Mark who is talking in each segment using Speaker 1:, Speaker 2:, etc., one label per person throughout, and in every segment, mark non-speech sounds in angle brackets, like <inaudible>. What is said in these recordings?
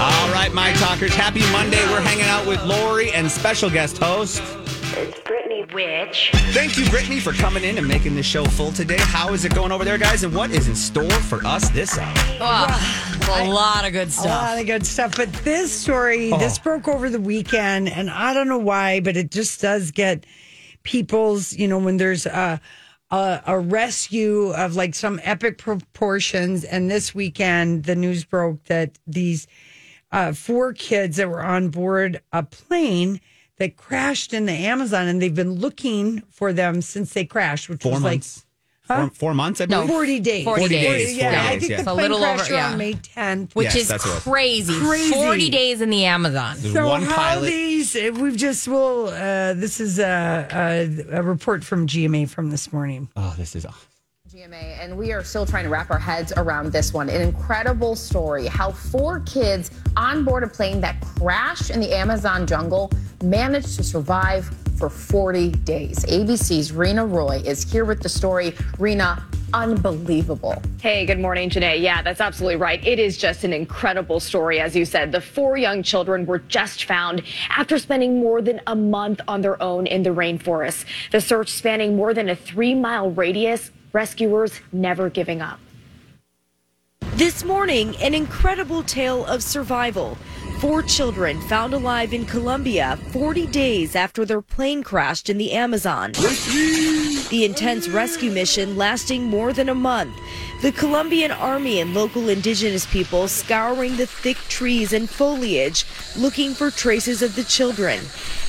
Speaker 1: All right, my talkers. Happy Monday. We're hanging out with Lori and special guest host.
Speaker 2: It's Brittany Witch.
Speaker 1: Thank you, Brittany, for coming in and making this show full today. How is it going over there, guys? And what is in store for us this uh, hour?
Speaker 3: A lot of good
Speaker 4: A lot of good stuff. But this story,
Speaker 3: Oh.
Speaker 4: this broke over the weekend, and I don't know why, but it just does get people's, you know, when there's a, a, a rescue of like some epic proportions. And this weekend, the news broke that these uh, four kids that were on board a plane that crashed in the Amazon, and they've been looking for them since they crashed, which
Speaker 1: Four
Speaker 4: was
Speaker 1: months. Four, four months, I
Speaker 3: No.
Speaker 4: like
Speaker 1: believe.
Speaker 4: 40 days.
Speaker 3: 40 days.
Speaker 4: Yeah,
Speaker 1: 40
Speaker 4: I
Speaker 1: days,
Speaker 4: think
Speaker 1: yes.
Speaker 4: the
Speaker 3: A
Speaker 4: plane
Speaker 3: little over-
Speaker 4: crashed
Speaker 3: yeah.
Speaker 4: on May 10th.
Speaker 3: Which
Speaker 1: Yes,
Speaker 3: is
Speaker 1: that's what-
Speaker 3: crazy.
Speaker 4: Crazy.
Speaker 3: 40 days in the Amazon.
Speaker 1: There's
Speaker 4: So
Speaker 1: one
Speaker 4: how
Speaker 1: pilot.
Speaker 4: these? eh, We've just well, uh, this is a, a, a report from GMA from this morning.
Speaker 1: oh, this is.
Speaker 5: GMA, and we are still trying to wrap our heads around this one. An incredible story how four kids on board a plane that crashed in the Amazon jungle managed to survive for 40 days. ABC's Rena Roy is here with the story. Rena, unbelievable.
Speaker 6: Hey, good morning, Janae. Yeah, that's absolutely right. It is just an incredible story. As you said, the four young children were just found after spending more than a month on their own in the rainforest. The search spanning more than a three mile radius, rescuers never giving up.
Speaker 7: This morning, an incredible tale of survival. Four children found alive in Colombia 40 days after their plane crashed in the Amazon. The intense rescue mission lasting more than a month. The Colombian army and local indigenous people scouring the thick trees and foliage looking for traces of the children.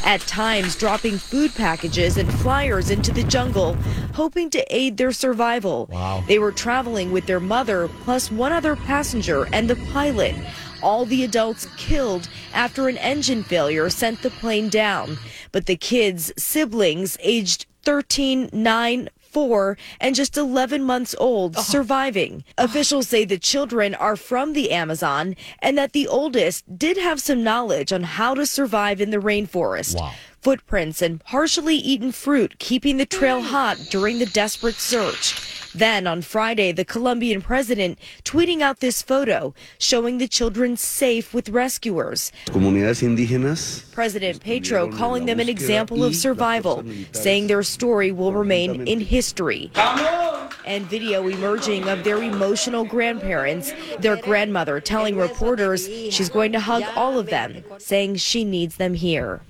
Speaker 7: At times, dropping food packages and flyers into the jungle, hoping to aid their survival. They were traveling with their mother, plus one other passenger and the pilot. All the adults killed after an engine failure sent the plane down. But the kids, siblings aged 13, 9, 4, and just 11 months old surviving. Officials say the children are from the Amazon and that the oldest did have some knowledge on how to survive in the rainforest. Footprints and partially eaten fruit keeping the trail hot during the desperate search. Then on Friday, the Colombian president tweeting out this photo showing the children safe with rescuers.
Speaker 8: comunidades indígenas.
Speaker 7: President Petro calling them an
Speaker 8: La búsqueda
Speaker 7: example
Speaker 8: y
Speaker 7: of
Speaker 8: las
Speaker 7: survival,
Speaker 8: fuerzas militares.
Speaker 7: saying their story will remain in history. And video emerging of their emotional grandparents, their grandmother telling reporters she's going to hug all of them, saying she needs them here.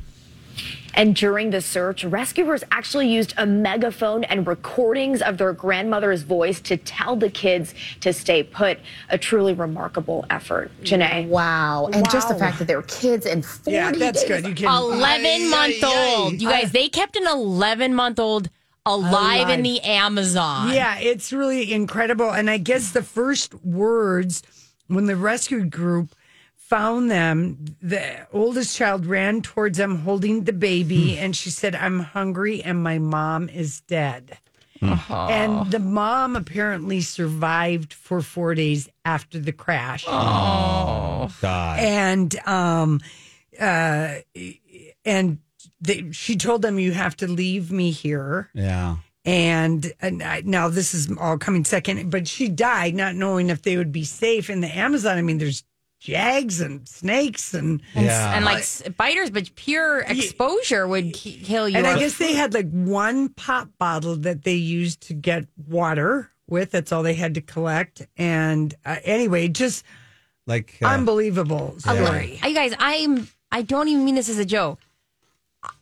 Speaker 6: And during the search, rescuers actually used a megaphone and recordings of their grandmother's voice to tell the kids to stay put. A truly remarkable effort. Janae.
Speaker 5: Wow. And just the fact that they were kids in 40
Speaker 4: Yeah, that's
Speaker 5: days.
Speaker 4: good. You can.
Speaker 3: 11 month old. You guys, they kept an 11 month old alive in the Amazon.
Speaker 4: Yeah, it's really incredible. And I guess the first words when the rescue group found them, the oldest child ran towards them holding the baby and she said, I'm hungry and my mom is dead. And the mom apparently survived for four days after the crash.
Speaker 1: God.
Speaker 4: and um uh and they, she told them you have to leave me here
Speaker 1: Yeah.
Speaker 4: and, and I, now this is all coming second but she died not knowing if they would be safe in the amazon i mean there's jags and snakes and
Speaker 1: Yeah.
Speaker 3: And like s- biters, but pure exposure would ki- kill you.
Speaker 4: and i
Speaker 3: off.
Speaker 4: guess they had like one pop bottle that they used to get water with that's all they had to collect and uh, anyway just
Speaker 1: Like uh,
Speaker 4: Unbelievable story.
Speaker 3: You guys, I'm I don't even mean this as a joke.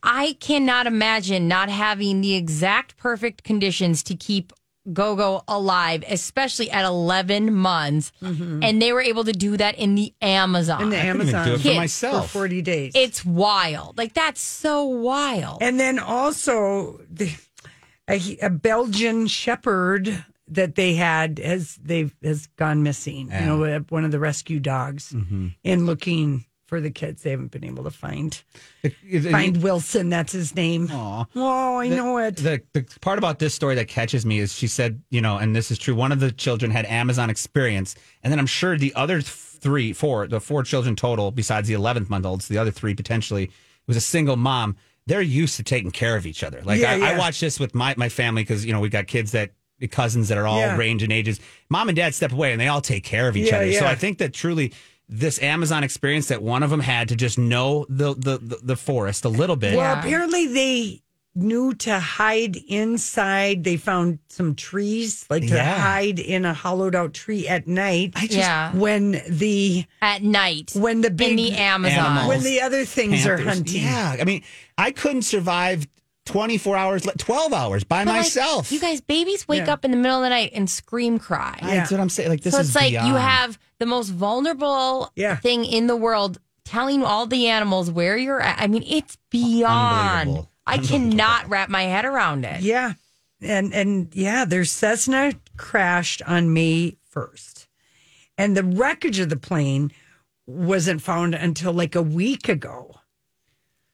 Speaker 3: I cannot imagine not having the exact perfect conditions to keep Gogo alive, especially at 11 months. And they were able to do that in the Amazon.
Speaker 4: Mm-hmm. In the
Speaker 1: couldn't even
Speaker 4: Amazon
Speaker 1: do it for
Speaker 3: Kids.
Speaker 1: myself.
Speaker 4: for 40 days.
Speaker 3: It's wild. Like that's so wild.
Speaker 4: And then also the, a, a Belgian shepherd that they had has they has gone missing. You know, uh, one of the rescue dogs, and looking for the kids, they haven't been able to find
Speaker 1: It- it-
Speaker 4: find Wilson. That's his name. Oh, I know it.
Speaker 1: The, the part about this story that catches me is she said, you know, and this is true. One of the children had Amazon experience, and then I'm sure the other th- three, four, the four children total, besides the 11th month olds, the other three potentially was a single mom. They're used to taking care of each other. Like
Speaker 4: Yeah,
Speaker 1: I, I
Speaker 4: yeah.
Speaker 1: watch this with my my family because you know we got kids that cousins that are all
Speaker 4: Yeah.
Speaker 1: range and ages. Mom and dad step away and they all take care of each
Speaker 4: Yeah,
Speaker 1: other. So
Speaker 4: yeah.
Speaker 1: I think that truly. This Amazon experience that one of them had to just know the the, the, the forest a little bit.
Speaker 4: Well, apparently they knew to hide inside. They found some trees, like to
Speaker 1: Yeah.
Speaker 4: hide in a hollowed out tree at night. I
Speaker 3: just- Yeah.
Speaker 4: when the
Speaker 3: at night.
Speaker 4: when the
Speaker 3: in
Speaker 4: big
Speaker 3: the Amazon.
Speaker 1: animals.
Speaker 4: when the other things are
Speaker 1: Panthers.
Speaker 4: hunting.
Speaker 1: Yeah, I mean, I couldn't survive 24 hours, like, 12 hours by
Speaker 3: But, like,
Speaker 1: myself.
Speaker 3: you guys, babies wake
Speaker 4: Yeah.
Speaker 3: up in the middle of the night and scream cry.
Speaker 1: I- that's what I'm saying. Like this
Speaker 3: so
Speaker 1: is
Speaker 3: it's like you
Speaker 1: beyond-
Speaker 3: have the most vulnerable
Speaker 4: Yeah.
Speaker 3: thing in the world telling all the animals where you're at. I mean, it's beyond.
Speaker 1: Unbelievable.
Speaker 3: I cannot wrap my head around it.
Speaker 4: Yeah. And and yeah, their Cessna crashed on May 1st. And the wreckage of the plane wasn't found until like a week ago.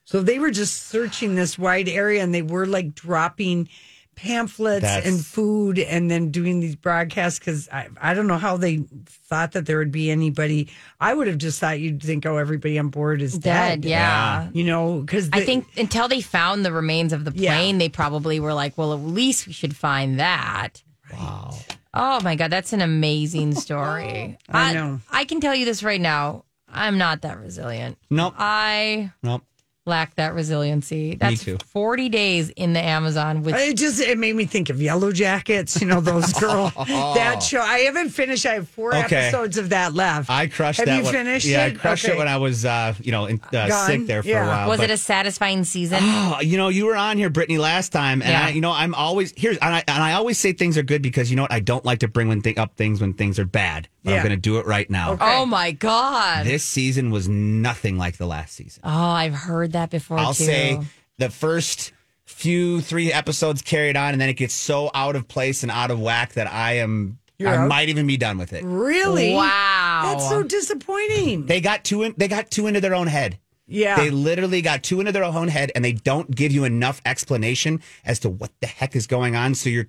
Speaker 4: So they were just searching this wide area and they were like dropping pamphlets
Speaker 1: That's-
Speaker 4: and food and then doing these broadcasts because I, I don't know how they thought that there would be anybody. I would have just thought you'd think, oh, everybody on board is dead.
Speaker 3: Dead, yeah.
Speaker 4: You know, because
Speaker 3: I think until they found the remains of the
Speaker 4: Yeah.
Speaker 3: plane, they probably were like, well, at least we should find that.
Speaker 1: Wow.
Speaker 3: Oh my God, that's
Speaker 1: <laughs>
Speaker 3: an amazing story.
Speaker 4: I know.
Speaker 3: I can tell you this right now. I'm not that resilient.
Speaker 1: Nope.
Speaker 3: I
Speaker 1: nope.
Speaker 3: lack that resiliency. That's
Speaker 1: too.
Speaker 3: 40 days in the Amazon with
Speaker 4: It just it made me think of Yellow Jackets, you
Speaker 1: <laughs>
Speaker 4: know those girl that show. I haven't finished. I have four
Speaker 1: Oh. Okay.
Speaker 4: episodes of that left.
Speaker 1: I crushed
Speaker 4: have
Speaker 1: that
Speaker 4: you
Speaker 1: one.
Speaker 4: finished
Speaker 1: yeah,
Speaker 4: it?
Speaker 1: I crushed it
Speaker 4: Okay.
Speaker 1: when I was, uh, you know, in, uh,
Speaker 4: Gone.
Speaker 1: sick there for
Speaker 4: Yeah.
Speaker 1: a while.
Speaker 3: Was
Speaker 1: but-
Speaker 3: it a satisfying season?
Speaker 1: Oh, you know, you were on here, Brittany, last time, and
Speaker 3: Yeah.
Speaker 1: I, you know, I'm always here's, and I, and I always say things are good because you know what, I don't like to bring when thi- up things when things are bad, but
Speaker 4: Yeah.
Speaker 1: I'm going to do it right now.
Speaker 3: Oh my god!
Speaker 1: This season was nothing like the last season.
Speaker 3: oh, I've heard that before.
Speaker 1: I'll
Speaker 3: too.
Speaker 1: say the first few three episodes carried on, and then it gets so out of place and out of whack that I am. I
Speaker 4: out?
Speaker 1: might even be done with it.
Speaker 4: Really?
Speaker 3: Wow.
Speaker 4: That's so disappointing.
Speaker 1: They got too in, they got too into their own head.
Speaker 4: yeah.
Speaker 1: They literally got too into their own head, and they don't give you enough explanation as to what the heck is going on. So you're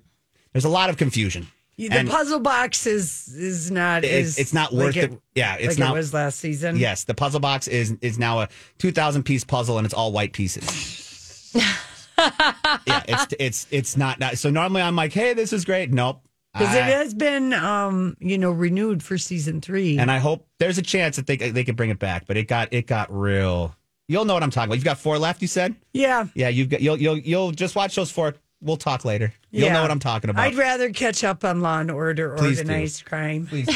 Speaker 1: there's a lot of confusion.
Speaker 4: the
Speaker 1: and-
Speaker 4: puzzle box is is not
Speaker 1: It-
Speaker 4: is
Speaker 1: it's not worth it. Yeah, it's
Speaker 4: like
Speaker 1: not-
Speaker 4: it was last season.
Speaker 1: Yes, the puzzle box is is now a two thousand piece puzzle, and it's all white pieces.
Speaker 4: <laughs>
Speaker 1: yeah, it's it's it's not, not. So normally I'm like, hey, this is great. Nope,
Speaker 4: because it
Speaker 1: I-
Speaker 4: has been um you know renewed for season three.
Speaker 1: and I hope there's a chance that they they could bring it back. But it got it got real. You'll know what I'm talking about. You've got four left. You said,
Speaker 4: yeah.
Speaker 1: yeah. You've got you'll you'll you'll just watch those four. We'll talk later. You'll
Speaker 4: yeah.
Speaker 1: know what I'm talking about.
Speaker 4: I'd rather catch up on Law and Order,
Speaker 1: Please do. <laughs>
Speaker 4: organized crime.
Speaker 1: Please do.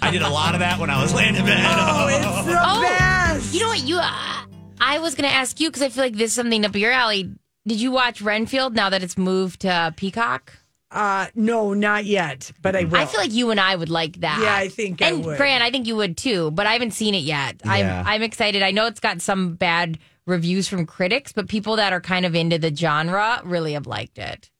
Speaker 1: I did a lot of that when I was laying in bed.
Speaker 4: Oh, it's the
Speaker 3: Oh,
Speaker 4: best.
Speaker 3: You know what? You, uh, I was going to ask you because I feel like this is something up your alley. Did you watch Renfield now that it's moved to Peacock?
Speaker 4: Uh, no, not yet, but I will.
Speaker 3: I feel like you and I would like that.
Speaker 4: Yeah, I think I
Speaker 3: and
Speaker 4: would.
Speaker 3: Fran, I think you would too, but I haven't seen it yet.
Speaker 1: Yeah.
Speaker 3: I'm I'm excited. I know it's got some bad reviews from critics, but people that are kind of into the genre really have liked it.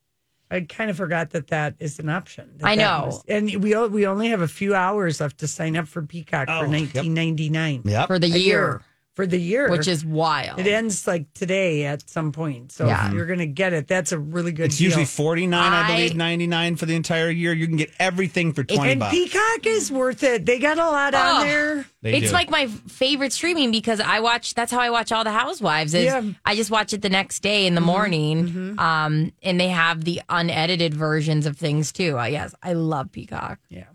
Speaker 4: I kind of forgot that that is an option. that
Speaker 3: I
Speaker 4: that
Speaker 3: know.
Speaker 4: was- and we o- we only have a few hours left to sign up for Peacock for
Speaker 1: Oh, yep.
Speaker 4: 1999
Speaker 1: Yep.
Speaker 3: For the
Speaker 4: A
Speaker 3: year,
Speaker 4: for the year,
Speaker 3: which is wild.
Speaker 4: it ends like today at some point. So
Speaker 3: Yeah.
Speaker 4: if you're gonna get it. That's a really
Speaker 1: <laughs>
Speaker 4: good.
Speaker 1: It's
Speaker 4: deal.
Speaker 1: usually forty nine, I,
Speaker 3: I-
Speaker 1: believe, ninety nine for the entire year. You can get everything for twenty
Speaker 4: and
Speaker 1: bucks.
Speaker 4: Peacock is worth it. They got a lot on
Speaker 3: Oh.
Speaker 4: there.
Speaker 1: They
Speaker 3: it's
Speaker 1: do.
Speaker 3: like my favorite streaming because I watch. That's how I watch all the Housewives. Is
Speaker 4: Yeah.
Speaker 3: I just watch it the next day in the
Speaker 1: Mm-hmm.
Speaker 3: morning, um, and they have the unedited versions of things too. Uh, yes, I love Peacock.
Speaker 4: Yeah.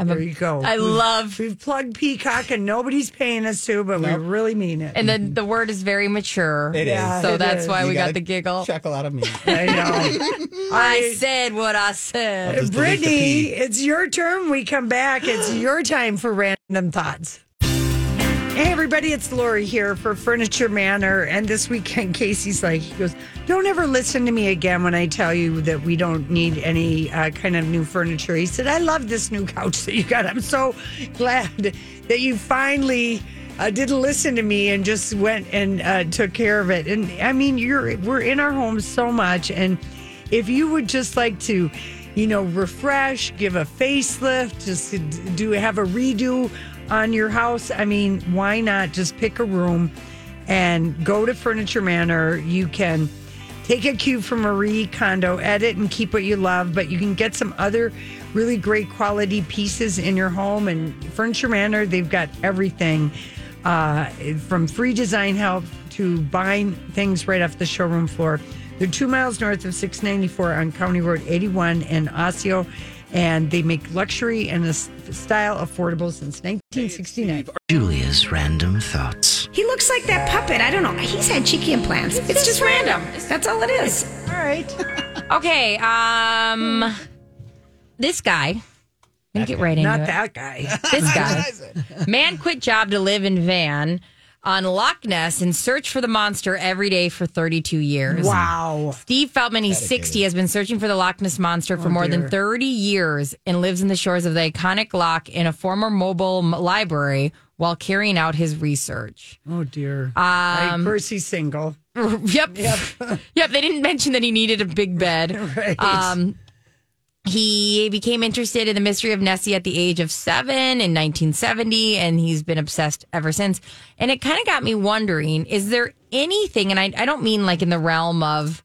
Speaker 3: I'm
Speaker 4: There you go.
Speaker 3: I love.
Speaker 4: We've plugged Peacock and nobody's paying us to, but we really mean it.
Speaker 3: And then the word is very mature.
Speaker 1: Mm-hmm. It is.
Speaker 3: So
Speaker 4: It
Speaker 3: that's
Speaker 4: is.
Speaker 3: why
Speaker 1: You
Speaker 3: we got
Speaker 1: gotta
Speaker 3: the giggle.
Speaker 1: Chuckle out of me.
Speaker 3: <laughs>
Speaker 4: I know.
Speaker 3: I said what I said.
Speaker 1: Just delete the
Speaker 4: Brittany,
Speaker 1: P.
Speaker 4: it's your turn. We come back. It's your time for random thoughts. Hey, everybody, it's Lori here for Furniture Manor. And this weekend, <laughs> Casey's like, he goes, Don't ever listen to me again when I tell you that we don't need any uh, kind of new furniture. He said, I love this new couch that you got. I'm so glad that you finally. Uh, didn't listen to me and just went and uh, took care of it. And I mean, you're we're in our home so much, and if you would just like to you know refresh give a facelift just to do have a redo on your house i mean why not just pick a room and go to furniture manor you can take a cue from marie kondo edit and keep what you love but you can get some other really great quality pieces in your home and furniture manor they've got everything uh, from free design help to buying things right off the showroom floor. They're two miles north of 694 on County Road 81 in Osseo, and they make luxury and a s- style affordable since 1969.
Speaker 9: Julia's random thoughts.
Speaker 10: He looks like that puppet. I don't know. He's had cheeky implants. It's, just, random. That's all it is.
Speaker 4: All right.
Speaker 3: Okay. Um, this guy. I'm gonna get right into
Speaker 4: Not
Speaker 3: it.
Speaker 4: that guy.
Speaker 3: This guy. Man quit job to live in van on Loch Ness and search for the monster every day for 32 years.
Speaker 4: <laughs> Wow.
Speaker 3: Steve Feldman, he's 60, has been searching for the Loch Ness Monster
Speaker 4: Oh,
Speaker 3: for more than 30 years and lives in the shores of the iconic Loch in a former mobile m- library while carrying out his research. <laughs>
Speaker 4: Oh, dear. Um, right, first he's single.
Speaker 3: yep. Yep. They didn't mention that he needed a big bed.
Speaker 4: <laughs> Right.
Speaker 3: Um, he became interested in the mystery of Nessie at the age of seven in 1970, and he's been obsessed ever since. And it kind of got me wondering is there anything, and I, I don't mean like in the realm of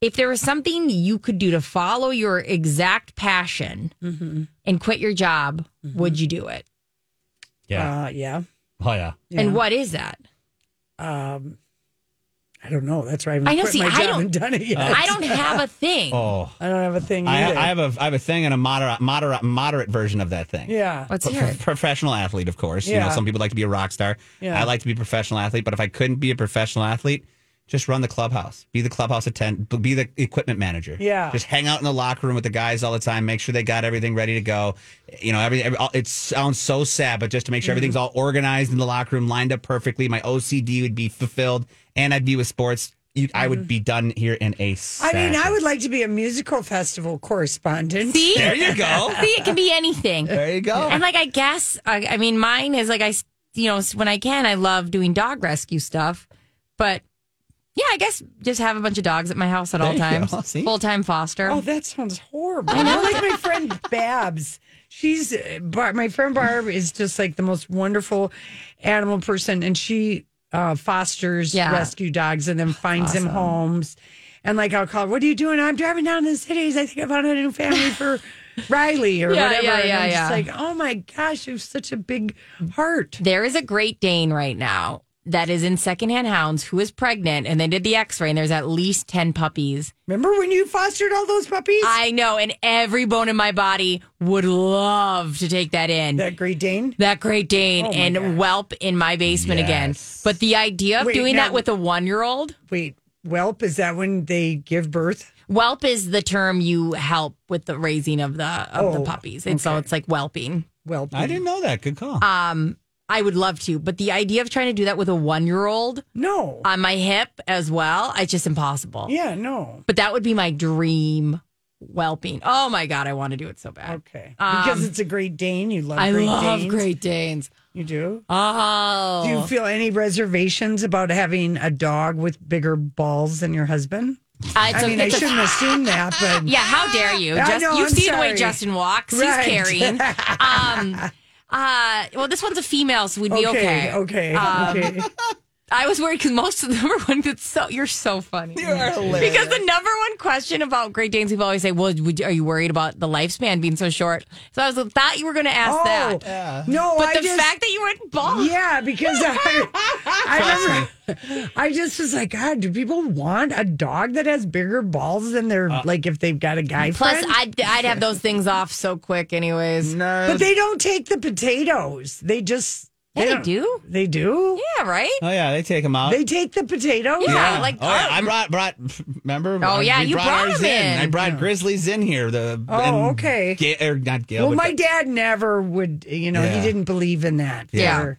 Speaker 3: if there was something you could do to follow your exact passion
Speaker 1: Mm-hmm.
Speaker 3: and quit your job, would you do it?
Speaker 1: Yeah.
Speaker 4: uh, yeah.
Speaker 1: oh yeah.
Speaker 3: And what is that?
Speaker 4: I don't know. That's why I haven't
Speaker 3: I know,
Speaker 4: quit
Speaker 3: see,
Speaker 4: my
Speaker 3: I
Speaker 4: job
Speaker 3: don't-
Speaker 4: and done it yet.
Speaker 3: I don't have a thing.
Speaker 1: <laughs> Oh.
Speaker 4: Uh, I don't have a thing
Speaker 1: I,
Speaker 4: either.
Speaker 1: I have a I have a thing and a moderate moderate moderate version of that thing.
Speaker 4: yeah.
Speaker 3: Let's
Speaker 1: Pro-
Speaker 3: hear it.
Speaker 1: professional athlete, of course. You
Speaker 4: Yeah.
Speaker 1: know, some people like to be a rock star.
Speaker 4: Yeah.
Speaker 1: I like to be a professional athlete, but if I couldn't be a professional athlete, just run the clubhouse. Be the clubhouse attendant. Be the equipment manager.
Speaker 4: Yeah.
Speaker 1: Just hang out in the locker room with the guys all the time. Make sure they got everything ready to go. You know, every, every all- it sounds so sad, but just to make sure
Speaker 4: Mm-hmm.
Speaker 1: everything's all organized in the locker room, lined up perfectly. My OCD would be fulfilled, and I'd be with sports. You, I would be done here in a.
Speaker 4: Mm-hmm. I
Speaker 1: Second.
Speaker 4: mean, I would like to be a musical festival correspondent.
Speaker 3: See?
Speaker 1: There you
Speaker 4: <laughs>
Speaker 1: go.
Speaker 3: See, it can
Speaker 1: <laughs>
Speaker 3: be anything.
Speaker 1: There you go.
Speaker 3: And like, I guess, I, I mean, mine is like, I, s- you know, s- when I can, I love doing dog rescue stuff. But yeah, I guess just have a bunch of dogs at my house at all
Speaker 1: There you
Speaker 3: times.
Speaker 1: go. See?
Speaker 3: Full time foster.
Speaker 4: Oh, that sounds horrible. I know, like my friend Babs. She's uh, Bar- my friend Barb is just like the most wonderful animal person, and she uh, fosters
Speaker 3: Yeah.
Speaker 4: rescue dogs and then finds them homes. And like I'll call, her, what are you doing? I'm driving down to the cities. I think I found a
Speaker 3: <laughs>
Speaker 4: new family for Riley or
Speaker 3: Yeah,
Speaker 4: whatever.
Speaker 3: yeah,
Speaker 4: and
Speaker 3: yeah,
Speaker 4: I'm
Speaker 3: yeah.
Speaker 4: just like, oh my gosh, you have such a big heart.
Speaker 3: there is a Great Dane right now that is in secondhand hounds who is pregnant, and they did the x ray, and there's at least 10 puppies.
Speaker 4: Remember when you fostered all those puppies?
Speaker 3: I know, and every bone in my body would love to take that in.
Speaker 4: that Great Dane.
Speaker 3: that Great Dane
Speaker 4: Oh my
Speaker 3: and
Speaker 4: God.
Speaker 3: whelp in my basement again.
Speaker 1: Yes.
Speaker 3: But the idea of
Speaker 4: Wait,
Speaker 3: doing
Speaker 4: now-
Speaker 3: that with a one year old,
Speaker 4: Wait, whelp is that when they give birth?
Speaker 3: whelp is the term you help with the raising of the of the
Speaker 4: Oh,
Speaker 3: puppies, and so it's like whelping.
Speaker 4: Whelp.
Speaker 1: I didn't know that. Good call.
Speaker 4: Uh,
Speaker 3: I would love to, but the idea of trying to do that with a one year old
Speaker 4: No.
Speaker 3: on my hip as well, it's just impossible.
Speaker 4: yeah, no.
Speaker 3: But that would be my dream whelping. Oh my god, I want to do it so bad.
Speaker 4: Okay. because it's a Great Dane. You love
Speaker 3: Um, I
Speaker 4: Great
Speaker 3: love
Speaker 4: Danes.
Speaker 3: Great Danes.
Speaker 4: You do?
Speaker 3: Oh,
Speaker 4: Do you feel any reservations about having a dog with bigger balls than your husband?
Speaker 3: Uh, it's
Speaker 4: I
Speaker 3: a-
Speaker 4: mean, I
Speaker 3: it's a- <laughs>
Speaker 4: shouldn't assume that, but
Speaker 3: Yeah, how dare you?
Speaker 4: I
Speaker 3: Just,
Speaker 4: know,
Speaker 3: you
Speaker 4: I'm
Speaker 3: see the way
Speaker 4: sorry.
Speaker 3: Justin walks.
Speaker 4: Right.
Speaker 3: He's
Speaker 4: <laughs>
Speaker 3: carrying. Um, uh, well, this one's a female, so we'd be okay. Um,
Speaker 4: okay,
Speaker 3: <laughs>
Speaker 4: okay, okay.
Speaker 3: I was worried because most of the <laughs> number one. That's so you're so funny. You are hilarious. Because the number one question about Great Danes, people always say, "Well, would, you- are you worried about the lifespan being so short?" So I was thought you were going to ask
Speaker 4: Oh,
Speaker 3: that,
Speaker 4: no,
Speaker 3: but
Speaker 4: I <laughs>
Speaker 3: the
Speaker 4: just
Speaker 3: fact that you went bald.
Speaker 4: yeah, because I, I remember. <laughs> I just was like, God, do people want a dog that has bigger balls than their like if they've got a guy
Speaker 3: Plus,
Speaker 4: friend?
Speaker 3: I'd, I'd have those things off so quick, anyways.
Speaker 1: No.
Speaker 4: but they don't take the potatoes. They just
Speaker 3: Yeah, they
Speaker 4: don't-
Speaker 3: do.
Speaker 4: They do.
Speaker 3: Yeah, right?
Speaker 1: Oh yeah, they take them out.
Speaker 4: They take the potatoes.
Speaker 3: Yeah, like
Speaker 1: oh, yeah, I brought brought. Remember?
Speaker 3: Oh,
Speaker 1: We
Speaker 3: yeah, you brought
Speaker 1: ours
Speaker 3: 'em in.
Speaker 1: I brought Grizzlies in here. The
Speaker 4: Oh,
Speaker 1: and
Speaker 4: okay.
Speaker 1: Ga- or not Gail.
Speaker 4: Well,
Speaker 1: but
Speaker 4: my dad never would. You know,
Speaker 1: Yeah.
Speaker 4: he didn't believe in that.
Speaker 1: Yeah.
Speaker 4: for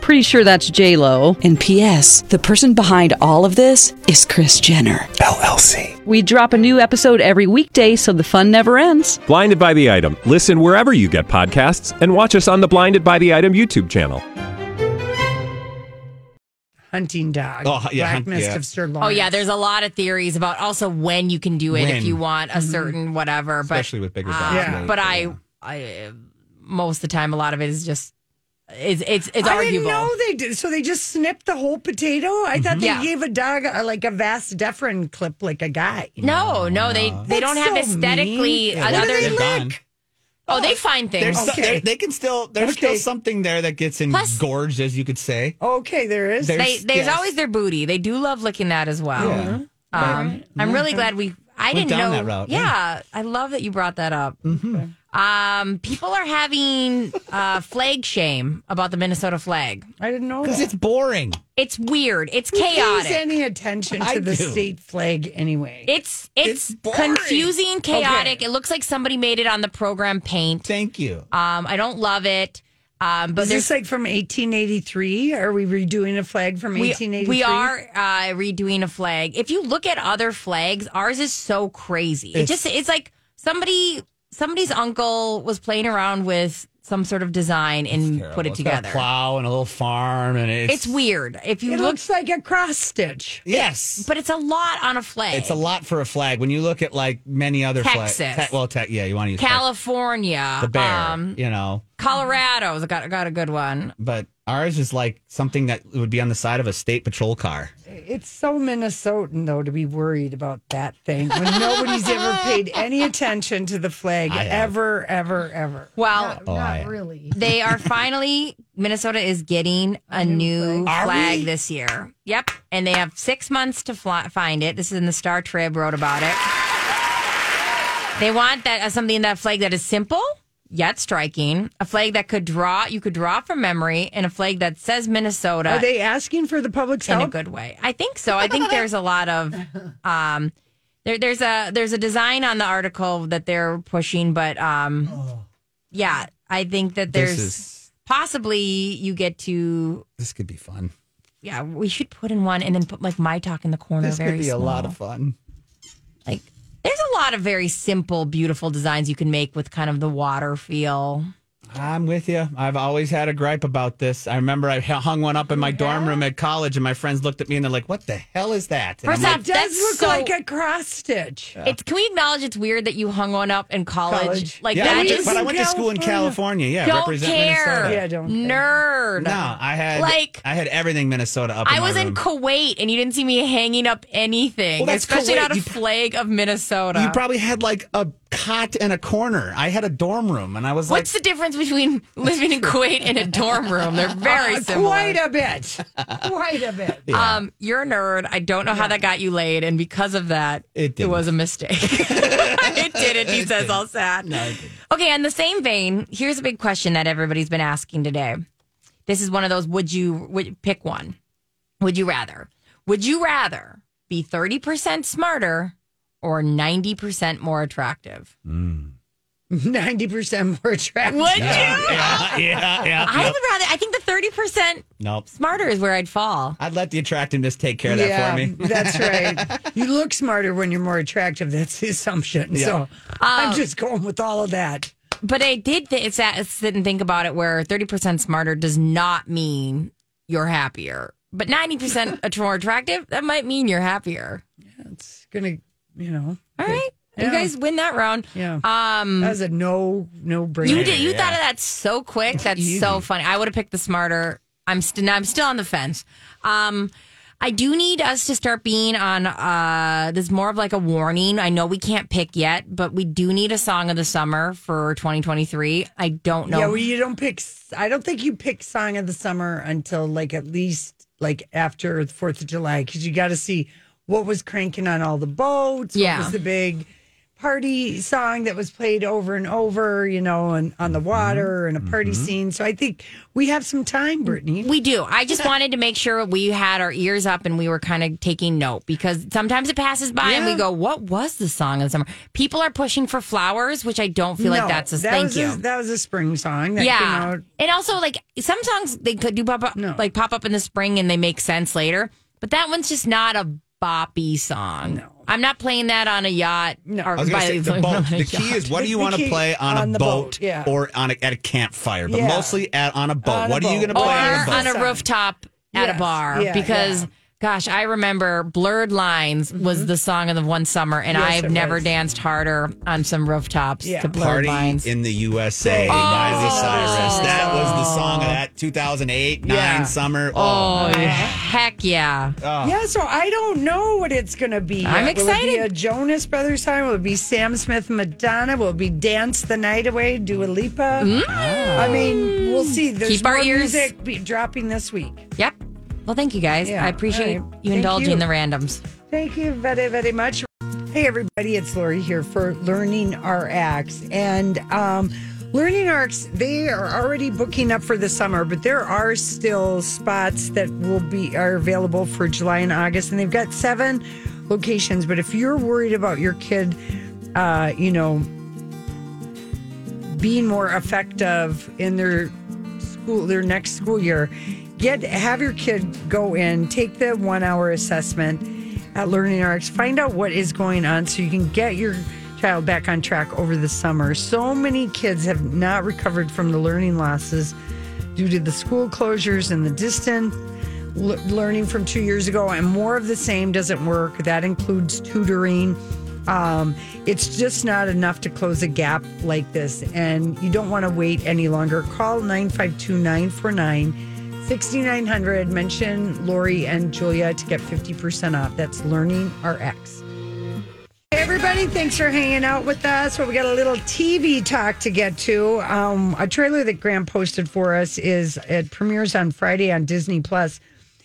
Speaker 11: Pretty sure that's J Lo. And P.S. The person behind all of this is Chris Jenner
Speaker 12: LLC.
Speaker 11: We drop a new episode every weekday, so the fun never ends.
Speaker 12: Blinded by the item. Listen wherever you get podcasts, and watch us on the Blinded by the Item YouTube channel.
Speaker 4: hunting dog,
Speaker 12: Oh, yeah,
Speaker 4: Black
Speaker 12: hunt-
Speaker 4: Mist
Speaker 12: yeah.
Speaker 4: of Sir
Speaker 3: Oh,
Speaker 4: Lawrence.
Speaker 3: yeah, there's a lot of theories about also when you can do it if
Speaker 1: When.
Speaker 3: you want
Speaker 4: Mm-hmm.
Speaker 3: a certain whatever. But,
Speaker 1: Especially with bigger dogs.
Speaker 3: um,
Speaker 1: Yeah.
Speaker 3: But I, I, most of the time, a lot of it is just, it's, it's, it's
Speaker 4: I
Speaker 3: arguable. Mm-hmm.
Speaker 4: didn't know they did. So they just snipped the whole potato. I thought they
Speaker 3: Yeah.
Speaker 4: gave a dog uh, like a vast deferent clip, like a guy.
Speaker 3: No, no, they they
Speaker 4: That's
Speaker 3: don't have
Speaker 4: so
Speaker 3: aesthetically
Speaker 4: mean. What do
Speaker 3: another.
Speaker 4: they
Speaker 1: They're
Speaker 4: lick?
Speaker 1: done.
Speaker 3: oh, they find
Speaker 1: There's
Speaker 3: things.
Speaker 1: so- there- they can still. There's still
Speaker 4: Okay.
Speaker 1: something there that gets
Speaker 3: Plus-
Speaker 1: engorged, as you could say.
Speaker 4: Okay, there is.
Speaker 1: There's-
Speaker 3: They, there's
Speaker 1: yes.
Speaker 3: always their booty. They do love licking that as well.
Speaker 1: Yeah.
Speaker 3: Um, I'm really glad we. I
Speaker 1: Went
Speaker 3: didn't
Speaker 1: down
Speaker 3: know.
Speaker 1: that route,
Speaker 3: Yeah,
Speaker 1: yeah. Mm-hmm.
Speaker 3: I love that you brought that up. Um, people are having uh, flag shame about the Minnesota flag.
Speaker 4: I didn't know.
Speaker 1: because
Speaker 4: that.
Speaker 1: it's boring.
Speaker 3: It's weird. It's
Speaker 4: Who pays
Speaker 3: chaotic.
Speaker 4: any attention to
Speaker 1: I
Speaker 4: the
Speaker 1: do.
Speaker 4: state flag anyway?
Speaker 3: It's it's,
Speaker 1: It's boring.
Speaker 3: confusing, chaotic. It looks like somebody made it on the program paint.
Speaker 1: Thank you.
Speaker 3: Um, I don't love it. Um, but
Speaker 4: Is
Speaker 3: there's
Speaker 4: this like from 1883? Are we redoing a flag from
Speaker 3: we,
Speaker 4: 1883?
Speaker 3: we are uh, redoing a flag. If you look at other flags, ours is so crazy. it
Speaker 1: It's-
Speaker 3: just it's like somebody somebody's uncle was playing around with some sort of design and put it
Speaker 1: It's got
Speaker 3: together.
Speaker 1: A plow and a little farm, and it's,
Speaker 3: It's weird. If you
Speaker 4: It
Speaker 3: look,
Speaker 4: looks like a cross stitch.
Speaker 1: Yes,
Speaker 3: but it's a lot on a flag.
Speaker 1: it's a lot for a flag. When you look at like many other flags,
Speaker 3: Texas.
Speaker 1: well, te- yeah, you want to use Texas.
Speaker 3: California,
Speaker 1: the bear,
Speaker 3: um,
Speaker 1: you know.
Speaker 3: Colorado's got got a good one.
Speaker 1: But ours is like something that would be on the side of a state patrol car.
Speaker 4: It's so Minnesotan though to be worried about that thing when nobody's ever paid any attention to the flag
Speaker 1: I have.
Speaker 4: ever, ever, ever.
Speaker 3: Well,
Speaker 1: Oh, I-
Speaker 5: really.
Speaker 3: they are finally Minnesota is getting a new
Speaker 1: Are
Speaker 3: flag
Speaker 1: we?
Speaker 3: this year. Yep, and they have six months to fly, find it. This is in the Star Trib wrote about it. They want that uh, something in that flag that is simple yet striking, a flag that could draw you could draw from memory, and a flag that says Minnesota
Speaker 4: Are they asking for the public's
Speaker 3: in a
Speaker 4: help?
Speaker 3: good way. I think so. I think there's a lot of um there there's a there's a design on the article that they're pushing, but um yeah, I think that there's
Speaker 1: this is
Speaker 3: possibly you get to
Speaker 1: this could be fun.
Speaker 3: yeah, we should put in one and then put like my talk in the corner
Speaker 1: This
Speaker 3: very
Speaker 1: could be
Speaker 3: small.
Speaker 1: a lot of fun.
Speaker 3: like there's a lot of very simple, beautiful designs you can make with kind of the water feel.
Speaker 1: I'm with you. I've always had a gripe about this. I remember I hung one up in my dorm room at college, and my friends looked at me and they're like, "What the hell is that?" And I'm
Speaker 3: First off,
Speaker 1: like,
Speaker 4: It does
Speaker 3: that's
Speaker 4: look
Speaker 3: so-
Speaker 4: like a cross stitch.
Speaker 3: It's can we acknowledge it's weird that you hung one up in college?
Speaker 4: College.
Speaker 3: Like
Speaker 1: yeah, I
Speaker 3: that
Speaker 1: went to-
Speaker 3: is
Speaker 1: but I went to school in California. Yeah,
Speaker 3: don't
Speaker 1: represent
Speaker 3: care.
Speaker 1: Minnesota.
Speaker 4: Yeah, don't care.
Speaker 3: nerd.
Speaker 1: No, I had
Speaker 3: Like-
Speaker 1: like I had everything Minnesota up.
Speaker 3: I
Speaker 1: in my
Speaker 3: was in
Speaker 1: room.
Speaker 3: Kuwait and you didn't see me hanging up anything,
Speaker 1: Well, that's
Speaker 3: especially
Speaker 1: Kuwait.
Speaker 3: not a
Speaker 1: You-
Speaker 3: flag of Minnesota.
Speaker 1: You probably had like a cot and a corner. I had a dorm room, and I was
Speaker 3: What's
Speaker 1: like,
Speaker 3: the difference between <laughs> living in Kuwait and a dorm room?
Speaker 1: <laughs>
Speaker 3: They're
Speaker 1: Uh,
Speaker 3: very similar.
Speaker 4: Uh, Quite a bit. Quite a bit.
Speaker 3: Um, you're a nerd. I don't know how that got you laid, and because of that,
Speaker 1: It
Speaker 3: it
Speaker 1: didn't.
Speaker 3: was a mistake. <laughs> it didn't. He says all sad. okay. In the same vein, here's a big question that everybody's been asking today. This is one of those. Would you would pick one? Would you rather? Would you rather be thirty percent smarter or ninety percent more attractive?
Speaker 4: 90% more attractive.
Speaker 3: Would
Speaker 1: <laughs>
Speaker 3: you?
Speaker 1: yeah, yeah, yeah.
Speaker 3: I
Speaker 1: yep.
Speaker 3: would rather. I think the thirty percent
Speaker 1: nope.
Speaker 3: smarter is where I'd fall.
Speaker 1: I'd let the attractiveness take care of that for me.
Speaker 4: that's right. You look smarter when you're more attractive. That's the assumption. So
Speaker 3: Um,
Speaker 4: I'm just going with all of that.
Speaker 3: But I did th- it's that, sit and think about it where 30% smarter does not mean you're happier. But
Speaker 4: <laughs>
Speaker 3: 90% att- more attractive, that might mean you're happier.
Speaker 4: It's gonna, you know,
Speaker 3: All right. You
Speaker 4: Yeah.
Speaker 3: guys win that round.
Speaker 4: yeah.
Speaker 3: Um,
Speaker 4: That was a no, no brainer.
Speaker 3: you did, you thought of that so quick. That's so funny. I would have picked the smarter I'm still I'm still on the fence. Um, I do need us to start being on uh this more of like a warning. I know we can't pick yet, but we do need a song of the summer for 2023. I don't know.
Speaker 4: Yeah, well, you don't pick. I don't think you pick song of the summer until like at least like after the Fourth of July because you got to see what was cranking on all the boats.
Speaker 3: Yeah.
Speaker 4: what was the big party song that was played over and over. You know, and on the
Speaker 3: Mm-hmm.
Speaker 4: water and a party scene. So I think we have some time, Brittany.
Speaker 3: We do. Mm-hmm. I just wanted to make sure we had our ears up and we were kind of taking note because sometimes it passes by and we
Speaker 4: Yeah.
Speaker 3: go, "What was the song of the summer?" People are pushing for flowers, which I don't feel like
Speaker 4: No,
Speaker 3: that's a
Speaker 4: that
Speaker 3: thank
Speaker 4: was
Speaker 3: you.
Speaker 4: A, that was a spring song. That Came
Speaker 3: yeah,
Speaker 4: out.
Speaker 3: and also like some songs they could do pop up, like pop up in the spring and they make sense later, but that one's just not a boppy song. No. I'm not playing that on a yacht. Or
Speaker 1: I was gonna
Speaker 3: by-
Speaker 1: say
Speaker 3: <laughs>
Speaker 1: the
Speaker 3: "Oh
Speaker 1: boat. The key is what do you
Speaker 3: The
Speaker 1: want to
Speaker 3: key-
Speaker 1: play on,
Speaker 3: on
Speaker 1: a
Speaker 3: the
Speaker 1: boat,
Speaker 3: boat, yeah.
Speaker 1: or on a, at a campfire, but
Speaker 3: Yeah.
Speaker 1: mostly at on a boat.
Speaker 3: On a
Speaker 1: what are you going to
Speaker 3: boat.
Speaker 1: play
Speaker 3: or
Speaker 1: on a boat?
Speaker 3: on a rooftop at
Speaker 4: Yes.
Speaker 3: a bar
Speaker 4: Yeah, Mm-hmm.
Speaker 3: because gosh i remember blurred lines was the song of the one summer and
Speaker 4: Yes,
Speaker 3: i've
Speaker 4: it
Speaker 3: never
Speaker 4: was.
Speaker 3: danced harder on some rooftops
Speaker 4: Yeah.
Speaker 3: to blurred
Speaker 1: Party
Speaker 3: lines
Speaker 1: in the USA, Miley
Speaker 3: Oh.
Speaker 1: Cyrus. That was the song of that 2008
Speaker 3: Yeah.
Speaker 1: 9 summer.
Speaker 3: oh heck yeah
Speaker 1: Oh.
Speaker 4: Yeah, so I don't know what it's going to be.
Speaker 3: I'm
Speaker 4: yet. Will it be
Speaker 3: excited.
Speaker 4: a Jonas Brothers song? Will it be Sam Smith, Madonna? Will it be Dance the Night Away, Dua Lipa? I mean, we'll see. There's
Speaker 3: Mm. Keep our
Speaker 4: more
Speaker 3: ears-
Speaker 4: music be dropping this week.
Speaker 3: yep well thank you guys
Speaker 4: Yeah.
Speaker 3: i appreciate
Speaker 4: All right.
Speaker 3: you
Speaker 4: Thank
Speaker 3: indulging
Speaker 4: you.
Speaker 3: the randoms
Speaker 4: Thank you very, very much. Hey, everybody, it's Lori here for Learning RX. And um, Learning RX, they are already booking up for the summer, but there are still spots that will be are available for July and August. And they've got seven locations. But if you're worried about your kid, uh, you know, being more effective in their school their next school year get have your kid go in take the one hour assessment at learning rx find out what is going on so you can get your child back on track over the summer so many kids have not recovered from the learning losses due to the school closures and the distance l- learning from two years ago and more of the same doesn't work that includes tutoring um, it's just not enough to close a gap like this and you don't want to wait any longer call 952-949-6900 mention lori and julia to get 50% off that's learning rx Hey everybody, thanks for hanging out with us. Well, we got a little TV talk to get to. Um, a trailer that Graham posted for us is it premieres on Friday on Disney Plus.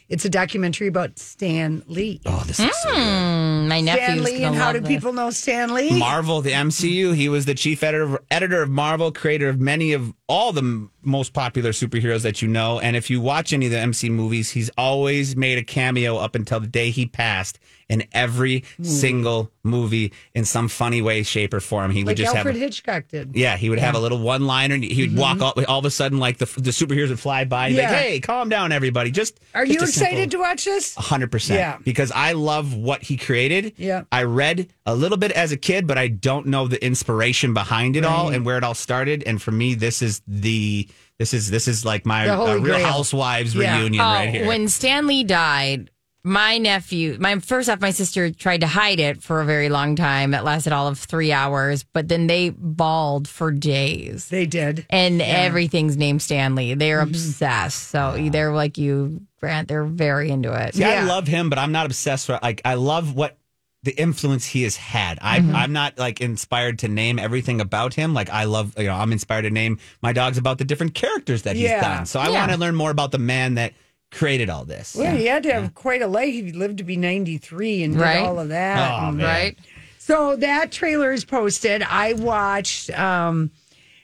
Speaker 4: It's a documentary about Stan Lee. Oh, this is
Speaker 3: Mm, my
Speaker 4: Stan
Speaker 3: nephew's
Speaker 4: Lee
Speaker 3: gonna
Speaker 4: and how
Speaker 3: love
Speaker 4: do
Speaker 3: this.
Speaker 4: people know Stan Lee?
Speaker 1: Marvel, the MCU. He was the chief editor editor of Marvel, creator of many of all the m- most popular superheroes that you know. And if you watch any of the MC movies, he's always made a cameo up until the day he passed in every
Speaker 4: Hmm.
Speaker 1: single movie in some funny way, shape, or form. He would
Speaker 4: like
Speaker 1: just
Speaker 4: Alfred
Speaker 1: have. A,
Speaker 4: Hitchcock did.
Speaker 1: yeah, he would have a little one liner, and he would walk all, all of a sudden like the the superheroes would fly by. And be
Speaker 4: Mm-hmm. Yeah.
Speaker 1: like, hey, calm down, everybody. Just
Speaker 4: Are
Speaker 1: just
Speaker 4: you
Speaker 1: a simple- Oh.
Speaker 4: excited to watch this?
Speaker 1: a hundred percent.
Speaker 4: Yeah.
Speaker 1: Because I love what he created.
Speaker 4: Yeah.
Speaker 1: I read a little bit as a kid, but I don't know the inspiration behind it all and where it all started. And for me, this is the this is this is like my
Speaker 3: The Holy
Speaker 1: uh, Real
Speaker 3: Grail.
Speaker 1: Housewives reunion
Speaker 3: oh,
Speaker 1: right here.
Speaker 3: When Stanley died, my nephew, my first off, my sister tried to hide it for a very long time. That lasted all of three hours, but then they bawled for days.
Speaker 4: They did.
Speaker 3: And everything's named Stanley. They're
Speaker 4: Mm-hmm.
Speaker 3: obsessed. So they're like you, Grant. They're very into it.
Speaker 1: See, I love him, but I'm not obsessed with like I love what the influence he has had. I
Speaker 4: Mm-hmm.
Speaker 1: I'm not like inspired to name everything about him. Like I love you know, I'm inspired to name my dogs about the different characters that
Speaker 4: Yeah.
Speaker 1: he's done. So I
Speaker 4: Yeah.
Speaker 1: want to learn more about the man that created all this.
Speaker 4: Well, he had to have quite a life. He lived to be 93 and did
Speaker 3: Right.
Speaker 4: all of that.
Speaker 1: Oh,
Speaker 4: And-
Speaker 1: man. Right.
Speaker 4: So that trailer is posted. I watched um,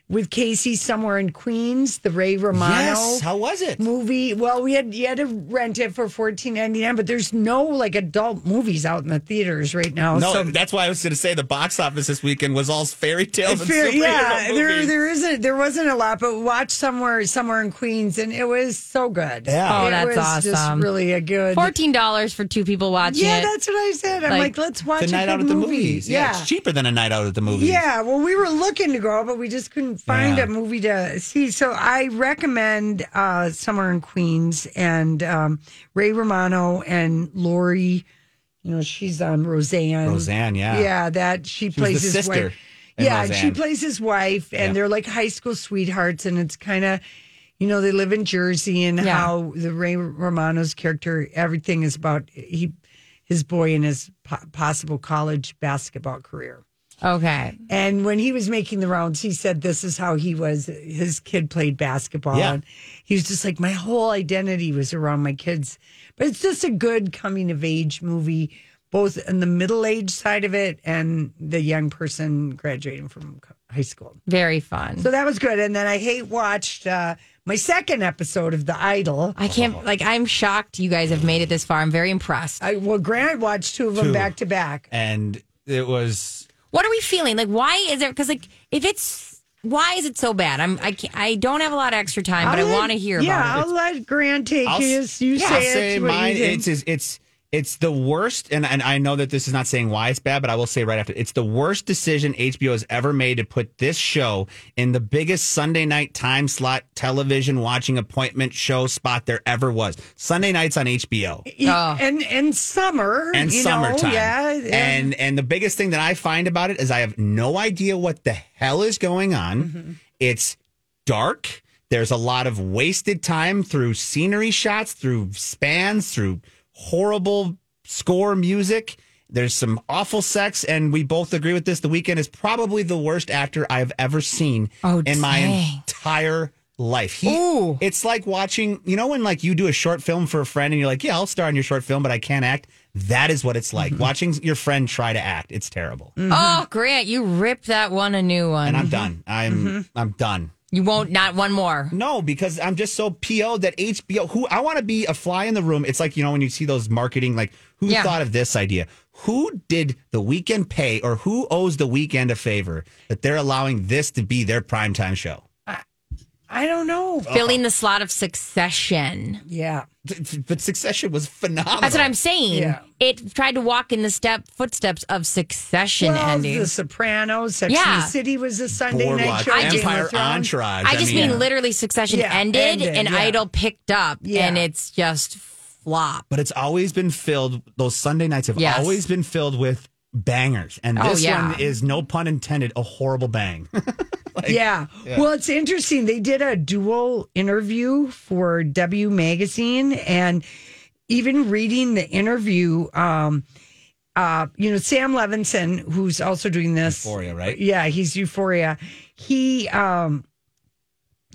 Speaker 4: with Casey somewhere in Queens, the Ray Romano.
Speaker 1: Yes, how was it?
Speaker 4: Movie. Well, we had you had to rent it for fourteen ninety nine, but there's no like adult movies out in the theaters right now.
Speaker 1: No,
Speaker 4: so
Speaker 1: that's why I was going to say the box office this weekend was all fairy tales and
Speaker 4: Fair-
Speaker 1: superhero
Speaker 4: yeah, there
Speaker 1: movies.
Speaker 4: there isn't there wasn't a lot, but watch somewhere somewhere in Queens, and it was so good.
Speaker 3: Yeah. Oh,
Speaker 4: It
Speaker 3: that's
Speaker 4: was Just
Speaker 3: awesome.
Speaker 4: really a good.
Speaker 3: Fourteen dollars for two people watching
Speaker 4: Yeah,
Speaker 3: it.
Speaker 4: that's what I said. I'm
Speaker 3: Like,
Speaker 4: like, let's watch
Speaker 1: the
Speaker 4: a
Speaker 1: night
Speaker 4: good
Speaker 1: out at the
Speaker 4: movie.
Speaker 1: movies. Yeah.
Speaker 4: Yeah.
Speaker 1: it's cheaper than a night out at the movies.
Speaker 4: Yeah, well, we were looking to go, but we just couldn't find
Speaker 1: Yeah.
Speaker 4: a movie to see. So I recommend uh, Summer in Queens and um, Ray Romano and Lori. You know, she's on Roseanne.
Speaker 1: Roseanne, yeah.
Speaker 4: yeah, that she,
Speaker 1: She was
Speaker 4: plays
Speaker 1: the
Speaker 4: his
Speaker 1: sister
Speaker 4: wife.
Speaker 1: in
Speaker 4: Yeah, she
Speaker 1: Roseanne.
Speaker 4: plays his wife, and
Speaker 1: Yeah.
Speaker 4: they're like high school sweethearts, and it's kind of you know, they live in Jersey and how the Ray Romano's character, everything is about he, his boy and his po- possible college basketball career.
Speaker 3: Okay.
Speaker 4: And when he was making the rounds, he said this is how he was. His kid played basketball.
Speaker 3: Yeah.
Speaker 4: And he was just like, my whole identity was around my kids. But it's just a good coming of age movie, both in the middle age side of it and the young person graduating from co- high school.
Speaker 3: Very fun.
Speaker 4: So that was good. And then I hate watched uh, my second episode of The Idol.
Speaker 3: I can't like I'm shocked you guys have made it this far. I'm very impressed.
Speaker 4: I, well, Grant watched two of
Speaker 3: Two.
Speaker 4: them back to back.
Speaker 1: and it was
Speaker 3: What are we feeling? Like why is it cuz like if it's why is it so bad? I'm I can't, I don't have a lot of extra time, but
Speaker 4: I'll
Speaker 3: I
Speaker 4: let-
Speaker 3: want to hear
Speaker 4: yeah,
Speaker 3: about it.
Speaker 4: I'll let Grant take
Speaker 1: I'll
Speaker 4: his.
Speaker 1: s-
Speaker 4: You
Speaker 1: yeah,
Speaker 4: say,
Speaker 1: I'll
Speaker 4: it.
Speaker 1: say
Speaker 4: what you
Speaker 1: mine.
Speaker 4: think.
Speaker 1: It's, it's it's it's the worst, and and I know that this is not saying why it's bad, but I will say right after it's the worst decision HBO has ever made to put this show in the biggest Sunday night time slot television watching appointment show spot there ever was. Sunday nights on HBO.
Speaker 4: E- and and summer
Speaker 1: Ah. and
Speaker 4: you know,
Speaker 1: summertime.
Speaker 4: yeah, yeah.
Speaker 1: And and the biggest thing that I find about it is I have no idea what the hell is going on.
Speaker 4: Mm-hmm.
Speaker 1: It's dark. There's a lot of wasted time through scenery shots, through spans, through horrible score music. There's some awful sex, and we both agree with this. The weekend is probably the worst actor I have ever seen
Speaker 3: Oh,
Speaker 1: in my
Speaker 3: dang.
Speaker 1: entire life. He, It's like watching, you know, when like you do a short film for a friend and you're like, yeah, I'll star in your short film, but I can't act. That is what it's like
Speaker 3: Mm-hmm.
Speaker 1: watching your friend try to act. It's terrible.
Speaker 3: Oh, Grant, you ripped that one a new one.
Speaker 1: And I'm done. I'm
Speaker 3: Mhm.
Speaker 1: I'm done.
Speaker 3: You won't not one more.
Speaker 1: No, because I'm just so PO that HBO who I want to be a fly in the room. It's like, you know, when you see those marketing like who
Speaker 3: Yeah.
Speaker 1: thought of this idea? Who did the weekend pay or who owes the weekend a favor that they're allowing this to be their primetime show?
Speaker 4: I don't know.
Speaker 3: Filling the slot of Succession.
Speaker 4: Yeah.
Speaker 1: But Succession was phenomenal.
Speaker 3: That's what I'm saying.
Speaker 1: Yeah.
Speaker 3: It tried to walk in the step footsteps of Succession
Speaker 4: Well,
Speaker 3: ending.
Speaker 4: The Sopranos, Sex
Speaker 3: Yeah.
Speaker 4: and the City was a Sunday
Speaker 1: Boardwalk
Speaker 4: night show. Game of
Speaker 1: Empire
Speaker 4: Thrones.
Speaker 1: Entourage.
Speaker 3: I just mean,
Speaker 1: yeah.
Speaker 3: literally Succession
Speaker 4: Yeah,
Speaker 3: ended,
Speaker 4: ended,
Speaker 3: and
Speaker 4: yeah.
Speaker 3: Idol picked up,
Speaker 4: Yeah.
Speaker 3: and it's just flop.
Speaker 1: But it's always been filled. Those Sunday nights have
Speaker 3: Yes.
Speaker 1: always been filled with bangers, and
Speaker 3: Oh,
Speaker 1: this
Speaker 3: yeah.
Speaker 1: one is no pun intended, a horrible bang.
Speaker 4: yeah.
Speaker 1: Yeah.
Speaker 4: Well, it's interesting. They did a dual interview for W Magazine, and even reading the interview, um, uh, you know, Sam Levinson, who's also doing this
Speaker 1: Euphoria, right?
Speaker 4: Yeah, he's Euphoria. He um,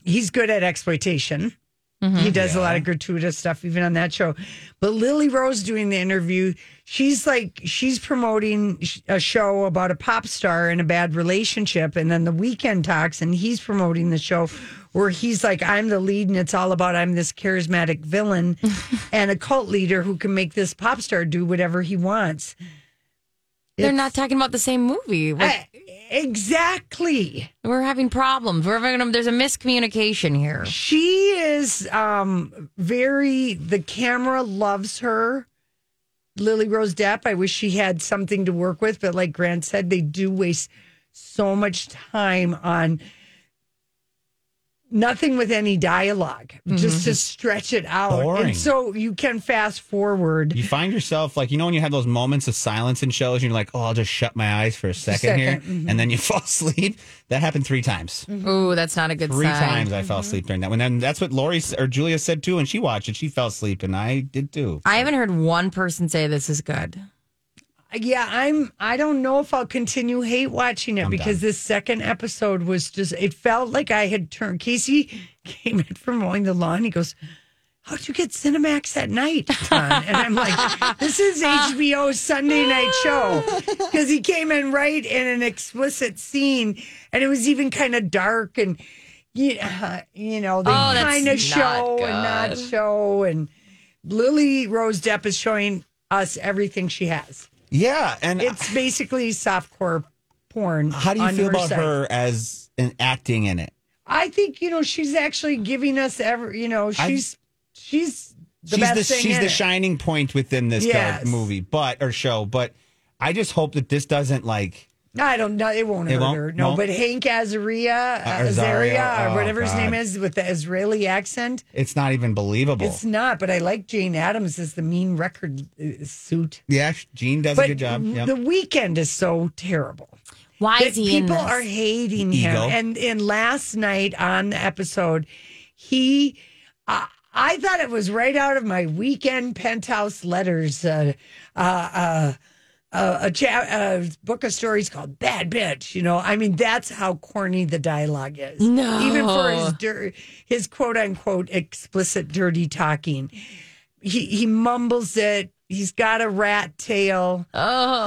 Speaker 4: he's good at exploitation. He does a lot of gratuitous stuff, even on that show. But Lily Rose doing the interview, she's like, she's promoting sh- a show about a pop star in a bad relationship. And then the weekend talks, and he's promoting the show where he's like, I'm the lead, and it's all about I'm this charismatic villain and a cult leader who can make this pop star do whatever he wants.
Speaker 3: They're
Speaker 4: It's-
Speaker 3: not talking about the same movie. We're,
Speaker 4: I- exactly.
Speaker 3: we're having problems. We're having there's a miscommunication here.
Speaker 4: She is um very the camera loves her. Lily Rose Depp, I wish she had something to work with, but like Grant said, they do waste so much time on nothing with any dialog just to stretch it out.
Speaker 1: Boring.
Speaker 4: And so you can fast forward.
Speaker 1: You find yourself like you know when you have those moments of silence in shows, and you're like, "Oh, I'll just shut my eyes for a second, here,"
Speaker 4: second, mm-hmm.
Speaker 1: and then you <laughs> fall asleep. That happened three times.
Speaker 3: Ooh, that's not a good
Speaker 1: Three
Speaker 3: sign.
Speaker 1: times I fell
Speaker 4: Mm-hmm.
Speaker 1: asleep during that one, and that's what Lori s- or Julia said too. And she watched it; she fell asleep, and I did too.
Speaker 3: I haven't heard one person say this is good.
Speaker 4: Yeah, I'm I don't know if I'll continue hate watching it
Speaker 3: I'm
Speaker 4: because this second episode was just it felt like I had turned Casey <laughs> came in from mowing the lawn. He goes, How'd you get Cinemax at night? Ton?" and
Speaker 3: <laughs>
Speaker 4: I'm like, This is HBO's Sunday night show. Because he came in right in an explicit scene and it was even kind of dark and yeah, you know, they
Speaker 3: Oh, that's
Speaker 4: kind of
Speaker 3: not
Speaker 4: show and not
Speaker 3: good.
Speaker 4: show and Lily Rose Depp is showing us everything she has.
Speaker 1: Yeah, and
Speaker 4: It's basically softcore porn.
Speaker 1: how do you
Speaker 4: on
Speaker 1: feel about
Speaker 4: site.
Speaker 1: her as an acting in it?
Speaker 4: I think you know she's actually giving us every. You know
Speaker 1: I-
Speaker 4: she's she's the
Speaker 1: she's
Speaker 4: best
Speaker 1: the
Speaker 4: thing
Speaker 1: she's
Speaker 4: in
Speaker 1: the
Speaker 4: it.
Speaker 1: shining point within this
Speaker 4: Yes.
Speaker 1: dark movie, but or show. But I just hope that this doesn't like
Speaker 4: I don't know. It won't
Speaker 1: It
Speaker 4: hurt
Speaker 1: won't?
Speaker 4: her. No,
Speaker 1: Won't?
Speaker 4: but Hank Azaria,
Speaker 1: Uh,
Speaker 4: Azaria,
Speaker 1: Azaria.
Speaker 4: or
Speaker 1: Oh,
Speaker 4: whatever his
Speaker 1: God.
Speaker 4: name is, with the Israeli accent.
Speaker 1: it's not even believable.
Speaker 4: It's not. But I like Jane Addams as the mean record uh, suit.
Speaker 1: yeah, Gene does
Speaker 4: but
Speaker 1: a good job. Yep.
Speaker 4: The weekend is so terrible.
Speaker 3: Why
Speaker 4: that
Speaker 3: is he in
Speaker 5: E
Speaker 4: people
Speaker 3: this?
Speaker 4: are hating
Speaker 1: Ego.
Speaker 4: him. And and last night on the episode, He, uh, I thought it was right out of my weekend penthouse letters. Uh, uh, uh, uh, a cha- uh, book of stories called Bad Bitch. You know, I mean, that's how corny the dialogue is.
Speaker 3: No.
Speaker 4: even for his dir- his quote unquote explicit dirty talking, he he mumbles it. He's got a rat tail.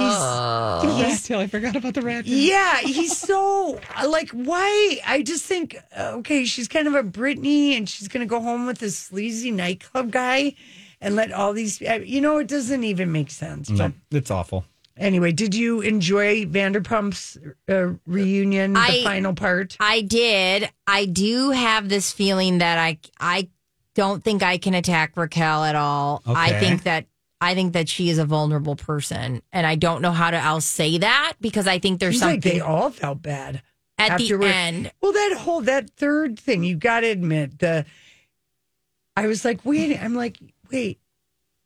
Speaker 3: Oh,
Speaker 4: he's, he's
Speaker 1: Till I forgot about the rat.
Speaker 4: yeah, he's so like why? I just think uh, okay, she's kind of a Britney, and she's gonna go home with this sleazy nightclub guy, and let all these. uh, You know, it doesn't even make sense.
Speaker 1: No,
Speaker 4: But
Speaker 1: it's awful.
Speaker 4: anyway, did you enjoy Vanderpump's uh, reunion,
Speaker 3: I-
Speaker 4: the final part?
Speaker 3: I did. I do have this feeling that I I don't think I can attack Raquel at all. I
Speaker 13: Okay.
Speaker 3: think that I think that she is a vulnerable person, and I don't know how to I'll say that because I think there's
Speaker 4: Seems like
Speaker 3: something
Speaker 4: they all felt bad
Speaker 3: at
Speaker 4: afterward.
Speaker 3: the end.
Speaker 4: Well, that whole that third thing you got to admit the. I was like, wait. I'm like, wait.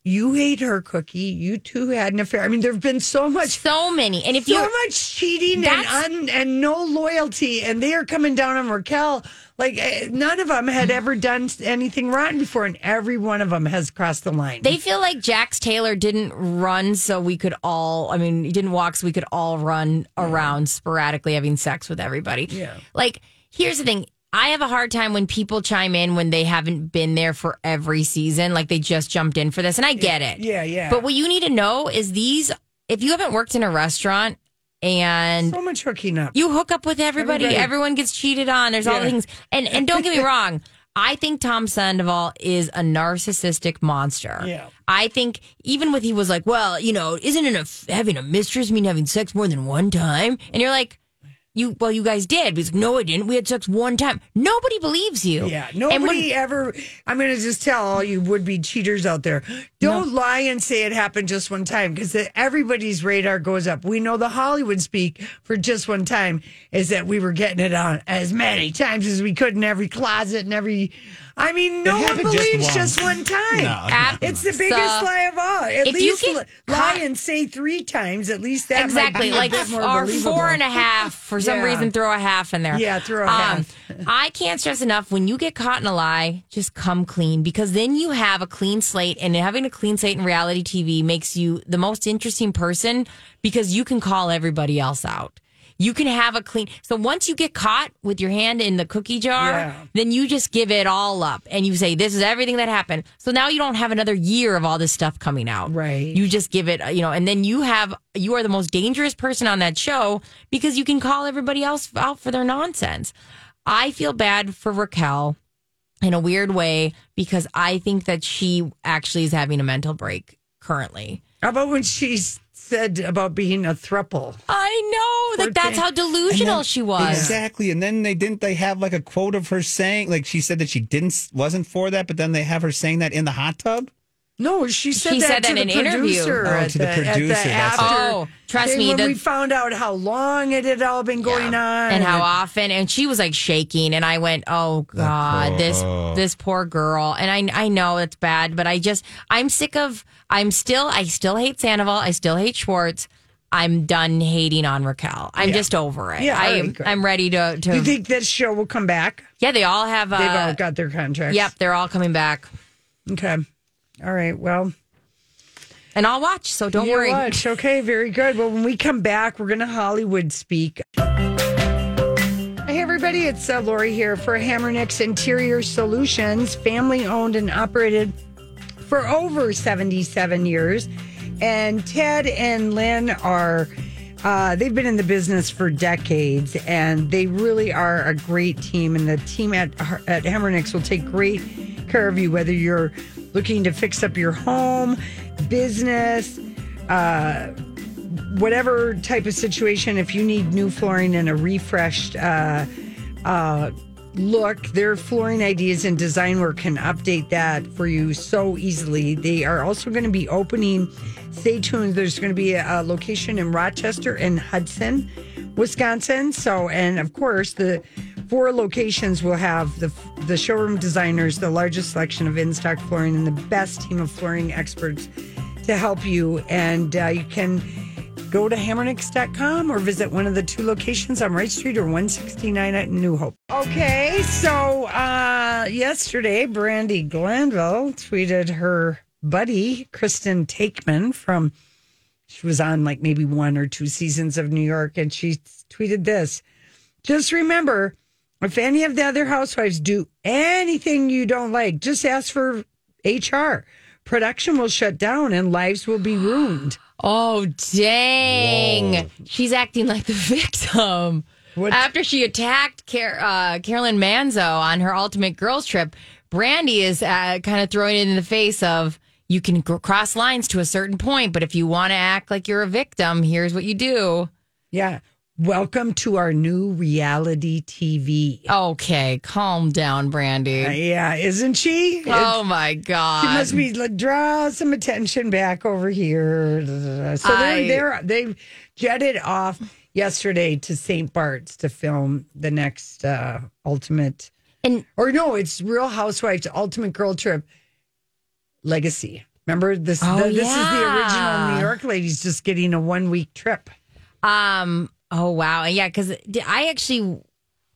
Speaker 4: You ate her cookie. You two had an affair. I mean, there have been so much
Speaker 3: So many, and if
Speaker 4: so
Speaker 3: you
Speaker 4: much cheating and
Speaker 3: That's-
Speaker 4: un, and no loyalty, and they are coming down on Raquel. Like eh, none of them had ever done s- anything rotten before, and every one of them has crossed the line.
Speaker 3: They feel like Jax Taylor didn't run so we could all, I mean, he didn't walk so we could all run around sporadically having sex with everybody.
Speaker 4: Yeah.
Speaker 3: Like, here's the thing. I have a hard time when people chime in when they haven't been there for every season, like they just jumped in for this, and I get it.
Speaker 4: yeah, yeah.
Speaker 3: But what you need to know is these, if you haven't worked in a restaurant and
Speaker 4: so much hooking up.
Speaker 3: you hook up with everybody.
Speaker 4: Everybody.
Speaker 3: Everyone gets cheated on. There's all
Speaker 4: Yeah.
Speaker 3: the things. And and don't
Speaker 4: <laughs>
Speaker 3: get me wrong. I think Tom Sandoval is a narcissistic monster.
Speaker 4: Yeah.
Speaker 3: I think even with he was like, well, you know, isn't it a, having a mistress mean having sex more than one time? And you're like, you well, you guys did. He's like, no, I didn't. We had sex one time. Nobody believes you.
Speaker 4: Yeah,
Speaker 3: And when-
Speaker 4: nobody ever. I'm going to just tell all you would be cheaters out there don't lie and say it happened just one time because everybody's radar goes up. We know the Hollywood speak for just one time is that we were getting it on as many times as we could in every closet and every. I mean, no one
Speaker 1: happened just
Speaker 4: believes
Speaker 1: once.
Speaker 4: just, one time.
Speaker 1: No,
Speaker 3: Ab-
Speaker 4: It's the biggest
Speaker 3: So,
Speaker 4: lie of all. At
Speaker 3: if you
Speaker 4: least
Speaker 3: get
Speaker 4: li-
Speaker 3: caught-
Speaker 4: lie and say three times. At least that
Speaker 3: exactly
Speaker 4: might
Speaker 3: like
Speaker 4: be a bit more
Speaker 3: or
Speaker 4: believable.
Speaker 3: four and a half for some
Speaker 4: Yeah.
Speaker 3: reason throw a half in there Um,
Speaker 4: Yeah, throw a half.
Speaker 3: i can't stress enough when you get caught in a lie just come clean because then you have a clean slate and having a clean slate in reality tv makes you the most interesting person because you can call everybody else out you can have a clean so once you get caught with your hand in the cookie jar
Speaker 4: Yeah.
Speaker 3: then you just give it all up and you say this is everything that happened so now you don't have another year of all this stuff coming out
Speaker 4: Right.
Speaker 3: you just give it, uh, you know, and then you have you are the most dangerous person on that show because you can call everybody else out for their nonsense. I feel bad for Raquel in a weird way because I think that she actually is having a mental break currently.
Speaker 4: How about when she said about being a thruple?
Speaker 3: I know, like that's how delusional she was.
Speaker 1: Exactly. And then they didn't they have like a quote of her saying like she said that she didn't wasn't for that, but then they have her saying that in the hot tub?
Speaker 4: No, she said
Speaker 3: She
Speaker 4: that
Speaker 3: said that
Speaker 4: to the
Speaker 3: in an interview.
Speaker 4: producer.
Speaker 1: Oh,
Speaker 4: at
Speaker 1: to the
Speaker 4: at
Speaker 1: producer, that's
Speaker 4: after
Speaker 3: right. Oh, trust
Speaker 4: thing
Speaker 3: me,
Speaker 4: When
Speaker 3: the-
Speaker 4: we found out how long it had all been going on,
Speaker 3: and how often and she was like shaking and i went oh god this this poor girl and i i know it's bad but i just i'm sick of i'm still i still hate sandoval i still hate schwartz i'm done hating on raquel i'm just over it
Speaker 4: Yeah,
Speaker 3: i
Speaker 4: all
Speaker 3: am
Speaker 4: right, great.
Speaker 3: i'm ready to,
Speaker 4: do
Speaker 3: to
Speaker 4: you think this show will come back?
Speaker 3: yeah they all have
Speaker 4: They've all
Speaker 3: uh,
Speaker 4: got their contracts.
Speaker 3: yep they're all coming back
Speaker 4: Okay. All right. Well,
Speaker 3: and i'll watch so don't
Speaker 4: you
Speaker 3: worry
Speaker 4: watch. Okay. Very good. Well, when we come back, we're gonna Hollywood speak. Hey everybody, it's uh, Lori here for Hammerneck's Interior Solutions, family owned and operated for over 77 years. And Ted and Lynn are, uh, they've been in the business for decades and they really are a great team. And the team at, at Hammernix will take great care of you, whether you're looking to fix up your home, business, uh, whatever type of situation, if you need new flooring and a refreshed uh, uh, look, their flooring ideas and design work can update that for you so easily. They are also going to be opening, stay tuned, there's going to be a, a location in Rochester and Hudson, Wisconsin. So, and of course, the four locations will have the the showroom designers, the largest selection of in-stock flooring, and the best team of flooring experts to help you. And uh, you can Go to hammernix.com or visit one of the two locations on Wright Street or 169 at New Hope. Okay, so uh, yesterday, Brandy Glanville tweeted her buddy, Kristen Takeman, from she was on like maybe one or two seasons of New York, and she tweeted this Just remember, if any of the other housewives do anything you don't like, just ask for HR. Production will shut down and lives will be ruined.
Speaker 3: Oh, dang. She's acting like the <laughs> victim. After she attacked Car- uh, Carolyn Manzo on her Ultimate Girls Trip, Brandy is uh, kind of throwing it in the face of you can gr- cross lines to a certain point, but if you want to act like you're a victim, here's what you do.
Speaker 4: Yeah. Welcome to our new reality TV.
Speaker 3: Okay, calm down, Brandy.
Speaker 4: Uh, yeah, isn't she?
Speaker 3: Oh
Speaker 4: It's-
Speaker 3: my god.
Speaker 4: She must be like, draw some attention back over here. Da, da, da. So
Speaker 3: I-
Speaker 4: they're, they're they jetted off yesterday to St. Bart's to film the next uh, Ultimate,
Speaker 3: and
Speaker 4: or no, it's Real Housewives Ultimate Girl Trip Legacy. Remember this?
Speaker 3: Oh,
Speaker 4: the- this is the
Speaker 3: yeah.
Speaker 4: original New York ladies just getting a one week trip.
Speaker 3: Um. Oh wow. Yeah. Because I actually,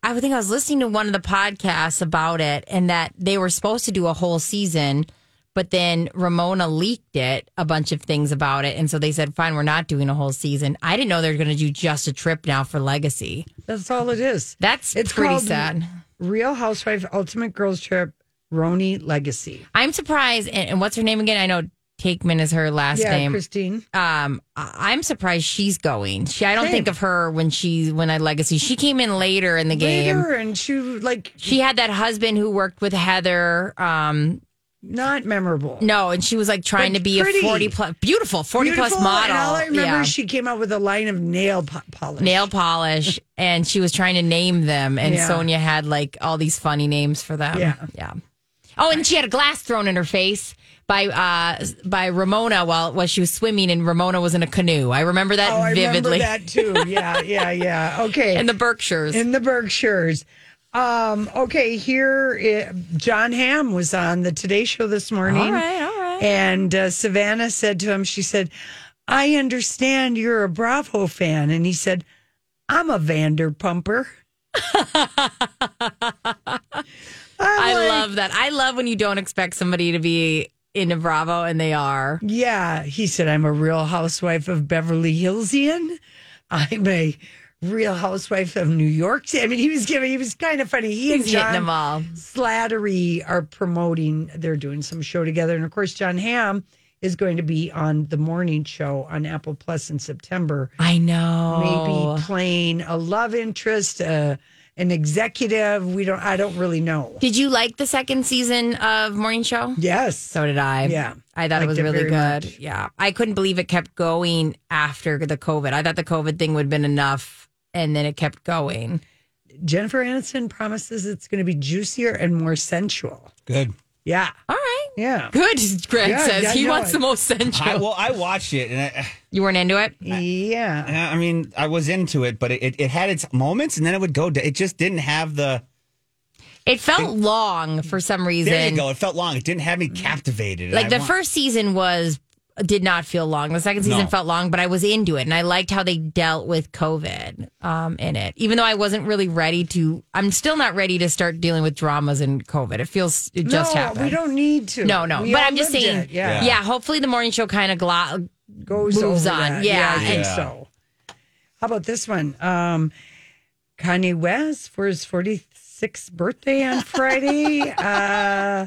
Speaker 3: I would think I was listening to one of the podcasts about it, and that they were supposed to do a whole season, but then Ramona leaked it a bunch of things about it, and so they said, "Fine, we're not doing a whole season." I didn't know they're going to do just a trip now for Legacy.
Speaker 4: That's all it is.
Speaker 3: That's
Speaker 4: It's
Speaker 3: pretty
Speaker 4: called
Speaker 3: sad.
Speaker 4: Real Housewife Ultimate Girls Trip Roni Legacy.
Speaker 3: I'm surprised. And, and what's her name again? I know Takeman is her last
Speaker 4: yeah,
Speaker 3: name.
Speaker 4: Christine.
Speaker 3: um I- I'm surprised she's going. She I don't
Speaker 4: Same.
Speaker 3: think of her when she when I legacy. She came in later in the game.
Speaker 4: Later, and she like
Speaker 3: she had that husband who worked with Heather. Um,
Speaker 4: not memorable.
Speaker 3: no, and she was like trying
Speaker 4: But
Speaker 3: to be
Speaker 4: pretty.
Speaker 3: a forty plus beautiful forty plus
Speaker 4: Beautiful,
Speaker 3: model.
Speaker 4: And all I remember
Speaker 3: Yeah.
Speaker 4: is she came out with a line of nail po- polish.
Speaker 3: Nail polish, and she was trying to name them, and
Speaker 4: Yeah.
Speaker 3: Sonia had like all these funny names for them.
Speaker 4: Yeah.
Speaker 3: yeah. Oh, and she had a glass thrown in her face by uh by Ramona while while she was swimming, and Ramona was in a canoe. I remember that
Speaker 4: Oh, I
Speaker 3: vividly.
Speaker 4: remember that too. Yeah, yeah, yeah.
Speaker 3: <laughs>
Speaker 4: Okay.
Speaker 3: in the Berkshires.
Speaker 4: In the Berkshires. Um, okay, here i John Hamm was on the Today Show this morning.
Speaker 3: All right, all right.
Speaker 4: And uh, Savannah said to him, she said, I understand you're a Bravo fan. And he said, I'm
Speaker 3: <laughs>
Speaker 4: a Vanderpumper.
Speaker 3: I love that. I love when you don't expect somebody to be in a Bravo and they are.
Speaker 4: Yeah, he said, I'm a real housewife of Beverly Hillsian. I'm a real housewife of New York. I mean, he was giving, he was kind of funny. He
Speaker 3: He's
Speaker 4: and John
Speaker 3: hitting them all.
Speaker 4: Slattery are promoting, they're doing some show together. And of course, John Hamm is going to be on the morning show on Apple Plus in September,
Speaker 3: I know. Oh.
Speaker 4: maybe playing a love interest, uh, an executive. We don't, I don't really know.
Speaker 3: Did you like the second season of Morning Show?
Speaker 4: Yes.
Speaker 3: So did I.
Speaker 4: Yeah.
Speaker 3: I thought it
Speaker 4: Liked
Speaker 3: was
Speaker 4: it
Speaker 3: really
Speaker 4: very
Speaker 3: good.
Speaker 4: much.
Speaker 3: Yeah. I couldn't believe it kept going after the COVID. I thought the COVID thing would have been enough and then it kept going.
Speaker 4: Jennifer Aniston promises it's going to be juicier and more sensual.
Speaker 1: Good.
Speaker 4: Yeah.
Speaker 3: All right.
Speaker 4: Yeah.
Speaker 3: Good, Greg
Speaker 4: Yeah,
Speaker 3: says.
Speaker 4: yeah,
Speaker 3: he
Speaker 4: no,
Speaker 3: wants
Speaker 4: I-
Speaker 3: the most sensual.
Speaker 1: I, well, I watched it, and I,
Speaker 3: you weren't into it?
Speaker 4: Yeah.
Speaker 1: I mean, I was into it, but it, it, it had its moments, and then it would go. da- It just didn't have the.
Speaker 3: It felt long for some reason.
Speaker 1: There you go. It felt long. It didn't have me captivated. and
Speaker 3: Like
Speaker 1: I
Speaker 3: the
Speaker 1: want-
Speaker 3: first season was did not feel long. The second season
Speaker 1: No.
Speaker 3: felt long, but I was into it and I liked how they dealt with COVID um, in it. Even though I wasn't really ready to, I'm still not ready to start dealing with dramas and COVID. It feels it just
Speaker 4: no,
Speaker 3: happened.
Speaker 4: we don't need to.
Speaker 3: no, no.
Speaker 4: We
Speaker 3: but
Speaker 4: all
Speaker 3: I'm just
Speaker 4: lived
Speaker 3: saying,
Speaker 4: it. Yeah.
Speaker 3: yeah. Hopefully, the morning show kind of glo-
Speaker 4: Goes
Speaker 3: moves
Speaker 4: over
Speaker 3: on.
Speaker 4: that.
Speaker 3: Yeah,
Speaker 4: I think
Speaker 1: Yeah.
Speaker 4: so. How about this one? Um, Kanye West for his 46th
Speaker 3: <laughs>
Speaker 4: birthday on Friday. uh,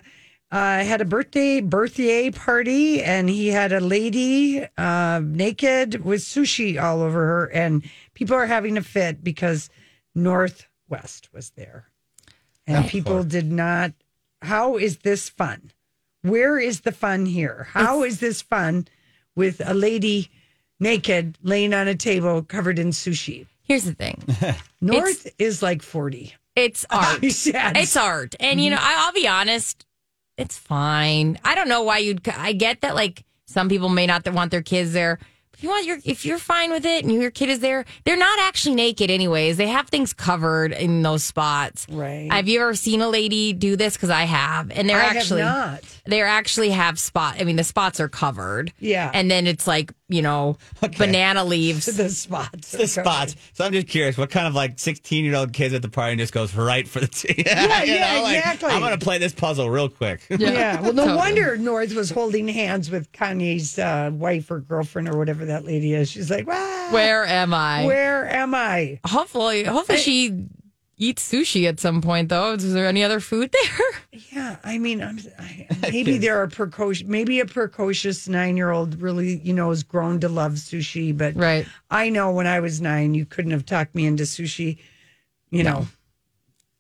Speaker 4: uh, had a birthday birthday party, and he had a lady uh, naked with sushi all over her, and people are having a fit because Northwest was there, and people did not. How is this fun? Where is the fun here? How is this fun with a lady naked laying on a table covered in sushi?
Speaker 3: Here's
Speaker 1: <laughs>
Speaker 3: the thing.
Speaker 4: North is like <laughs> 40.
Speaker 3: It's art.
Speaker 4: Yes.
Speaker 3: It's art. And, you know, I, I'll be honest, it's fine. I don't know why you'd. I get that, like, some people may not want their kids there, You want your if you're fine with it and your kid is there, they're not actually naked anyways. They have things covered in those spots.
Speaker 4: Right.
Speaker 3: Have you ever seen a lady do this? Because I have, and they're
Speaker 4: I have
Speaker 3: actually
Speaker 4: not.
Speaker 3: they're actually have spot. I mean, the spots are covered.
Speaker 4: Yeah.
Speaker 3: And then it's like you know banana leaves.
Speaker 4: the spots.
Speaker 1: the spots. So I'm just curious, what kind of like 16 year old kids at the party just goes right for the team? <laughs>
Speaker 4: Yeah,
Speaker 1: You
Speaker 4: yeah,
Speaker 1: know, like,
Speaker 4: exactly.
Speaker 1: I'm gonna play this puzzle real quick.
Speaker 4: <laughs> Yeah. Well, no
Speaker 3: Totally.
Speaker 4: wonder North was holding hands with Kanye's uh, wife or girlfriend or whatever that lady is. She's like, wow.
Speaker 3: Where am I?
Speaker 4: Where am I?
Speaker 3: Hopefully, hopefully she eats sushi at some point though. Is there any other food there? <laughs>
Speaker 4: Yeah, I mean, I'm, I, maybe there are precocious, maybe a precocious nine year old really, you know, has grown to love sushi. But
Speaker 3: Right.
Speaker 4: I know when I was nine, you couldn't have talked me into sushi, you know.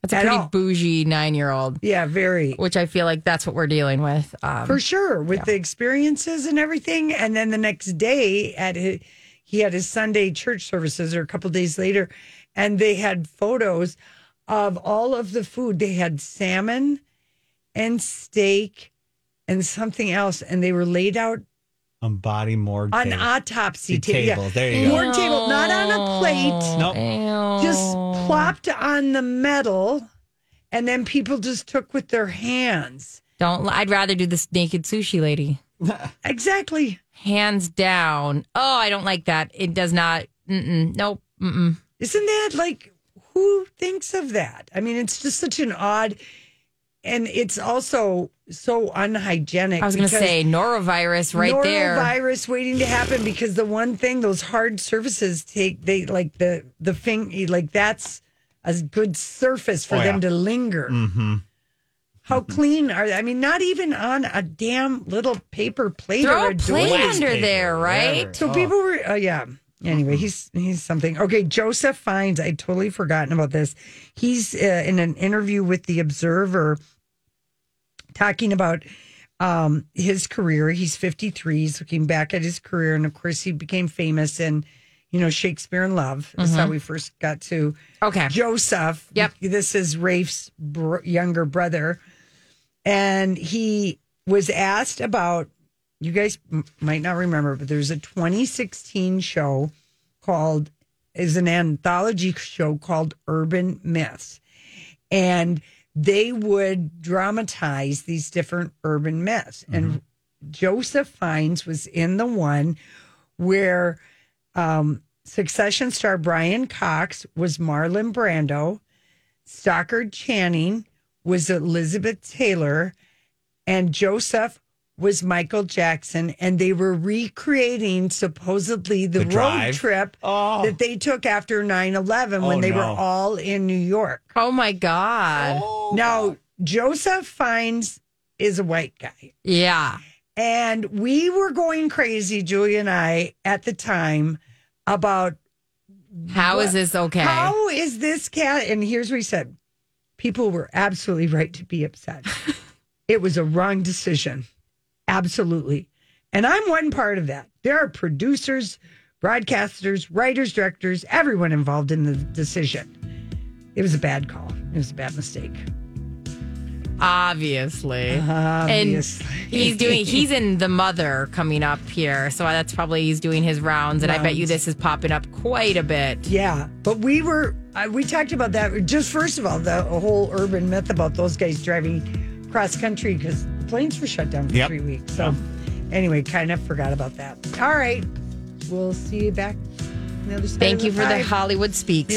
Speaker 3: That's a
Speaker 4: At
Speaker 3: pretty
Speaker 4: all.
Speaker 3: bougie nine year old,
Speaker 4: Yeah, very.
Speaker 3: which I feel like that's what we're dealing with. Um,
Speaker 4: For sure, with the experiences and everything. And then the next day at his, he had his Sunday church services or a couple days later, and they had photos of all of the food. They had salmon and steak and something else, and they were laid out
Speaker 1: On body more
Speaker 4: on
Speaker 1: cake.
Speaker 4: autopsy
Speaker 1: The
Speaker 4: table.
Speaker 1: table. There you go.
Speaker 4: Board table, not on a plate,
Speaker 1: Nope.
Speaker 4: just plopped on the metal, and then people just took with their hands.
Speaker 3: Don't. I'd rather do this naked sushi lady,
Speaker 4: Exactly.
Speaker 3: hands down. Oh, I don't like that. It does not. Mm-mm, nope. Mm-mm.
Speaker 4: Isn't that like who thinks of that? I mean, it's just such an odd, and it's also so unhygienic.
Speaker 3: I was going to
Speaker 4: because
Speaker 3: say norovirus right there.
Speaker 4: Norovirus waiting to happen because the one thing those hard surfaces take, they like the the thing like that's a good surface for
Speaker 1: Oh,
Speaker 4: them
Speaker 1: yeah.
Speaker 4: to linger.
Speaker 1: Mm-hmm.
Speaker 4: How clean are they? I mean, not even on a damn little paper plate
Speaker 3: Throw
Speaker 4: or
Speaker 3: a
Speaker 4: a
Speaker 3: plate
Speaker 4: door.
Speaker 3: under
Speaker 1: paper,
Speaker 3: there, right?
Speaker 1: whatever.
Speaker 4: So
Speaker 1: Oh.
Speaker 4: people were, oh yeah. Anyway, he's he's something. Okay, Joseph Fiennes. I totally forgotten about this. He's uh, in an interview with the Observer, talking about um, his career. He's fifty three. He's looking back at his career, and of course, he became famous in you know Shakespeare in Love. That's how we first got to
Speaker 3: Mm-hmm. Okay.
Speaker 4: Joseph.
Speaker 3: Yep.
Speaker 4: This is Rafe's br- younger brother. And he was asked about, you guys m- might not remember, but there's a 2016 show called, is an anthology show called Urban Myths. And they would dramatize these different urban myths. And Joseph Fiennes was in the one where um, Succession star Brian Cox was Marlon Brando, Stockard Channing was Elizabeth Taylor, and Joseph was Michael Jackson. And they were recreating supposedly the,
Speaker 1: The
Speaker 4: road
Speaker 1: drive?
Speaker 4: trip
Speaker 1: Oh.
Speaker 4: that they took after 9 11 when
Speaker 1: Oh,
Speaker 4: they were
Speaker 1: no. Oh,
Speaker 4: all in New York.
Speaker 3: Oh my god.
Speaker 4: Now, Joseph Fiennes is a white guy.
Speaker 3: Yeah.
Speaker 4: And we were going crazy, Julia and I, at the time about
Speaker 3: How is this okay?
Speaker 4: How is this cat? And here's what he said people were absolutely right to be upset. it was a wrong decision. Absolutely. And I'm one part of that. There are producers, broadcasters, writers, directors, everyone involved in the decision. It was a bad call. It was a bad mistake.
Speaker 3: Obviously.
Speaker 4: Obviously.
Speaker 3: And he's doing he's in the mother coming up here. So that's probably he's doing his rounds and I bet you this is popping up quite a bit.
Speaker 4: Yeah, but we were I, we talked about that. Just first of all, the whole urban myth about those guys driving cross country because planes were shut down for
Speaker 1: Yep.
Speaker 4: three weeks. So anyway, kind of forgot about that. All right, we'll see you back. on the other side
Speaker 3: Thank
Speaker 4: of
Speaker 3: you for the
Speaker 4: five.
Speaker 3: Hollywood Speaks.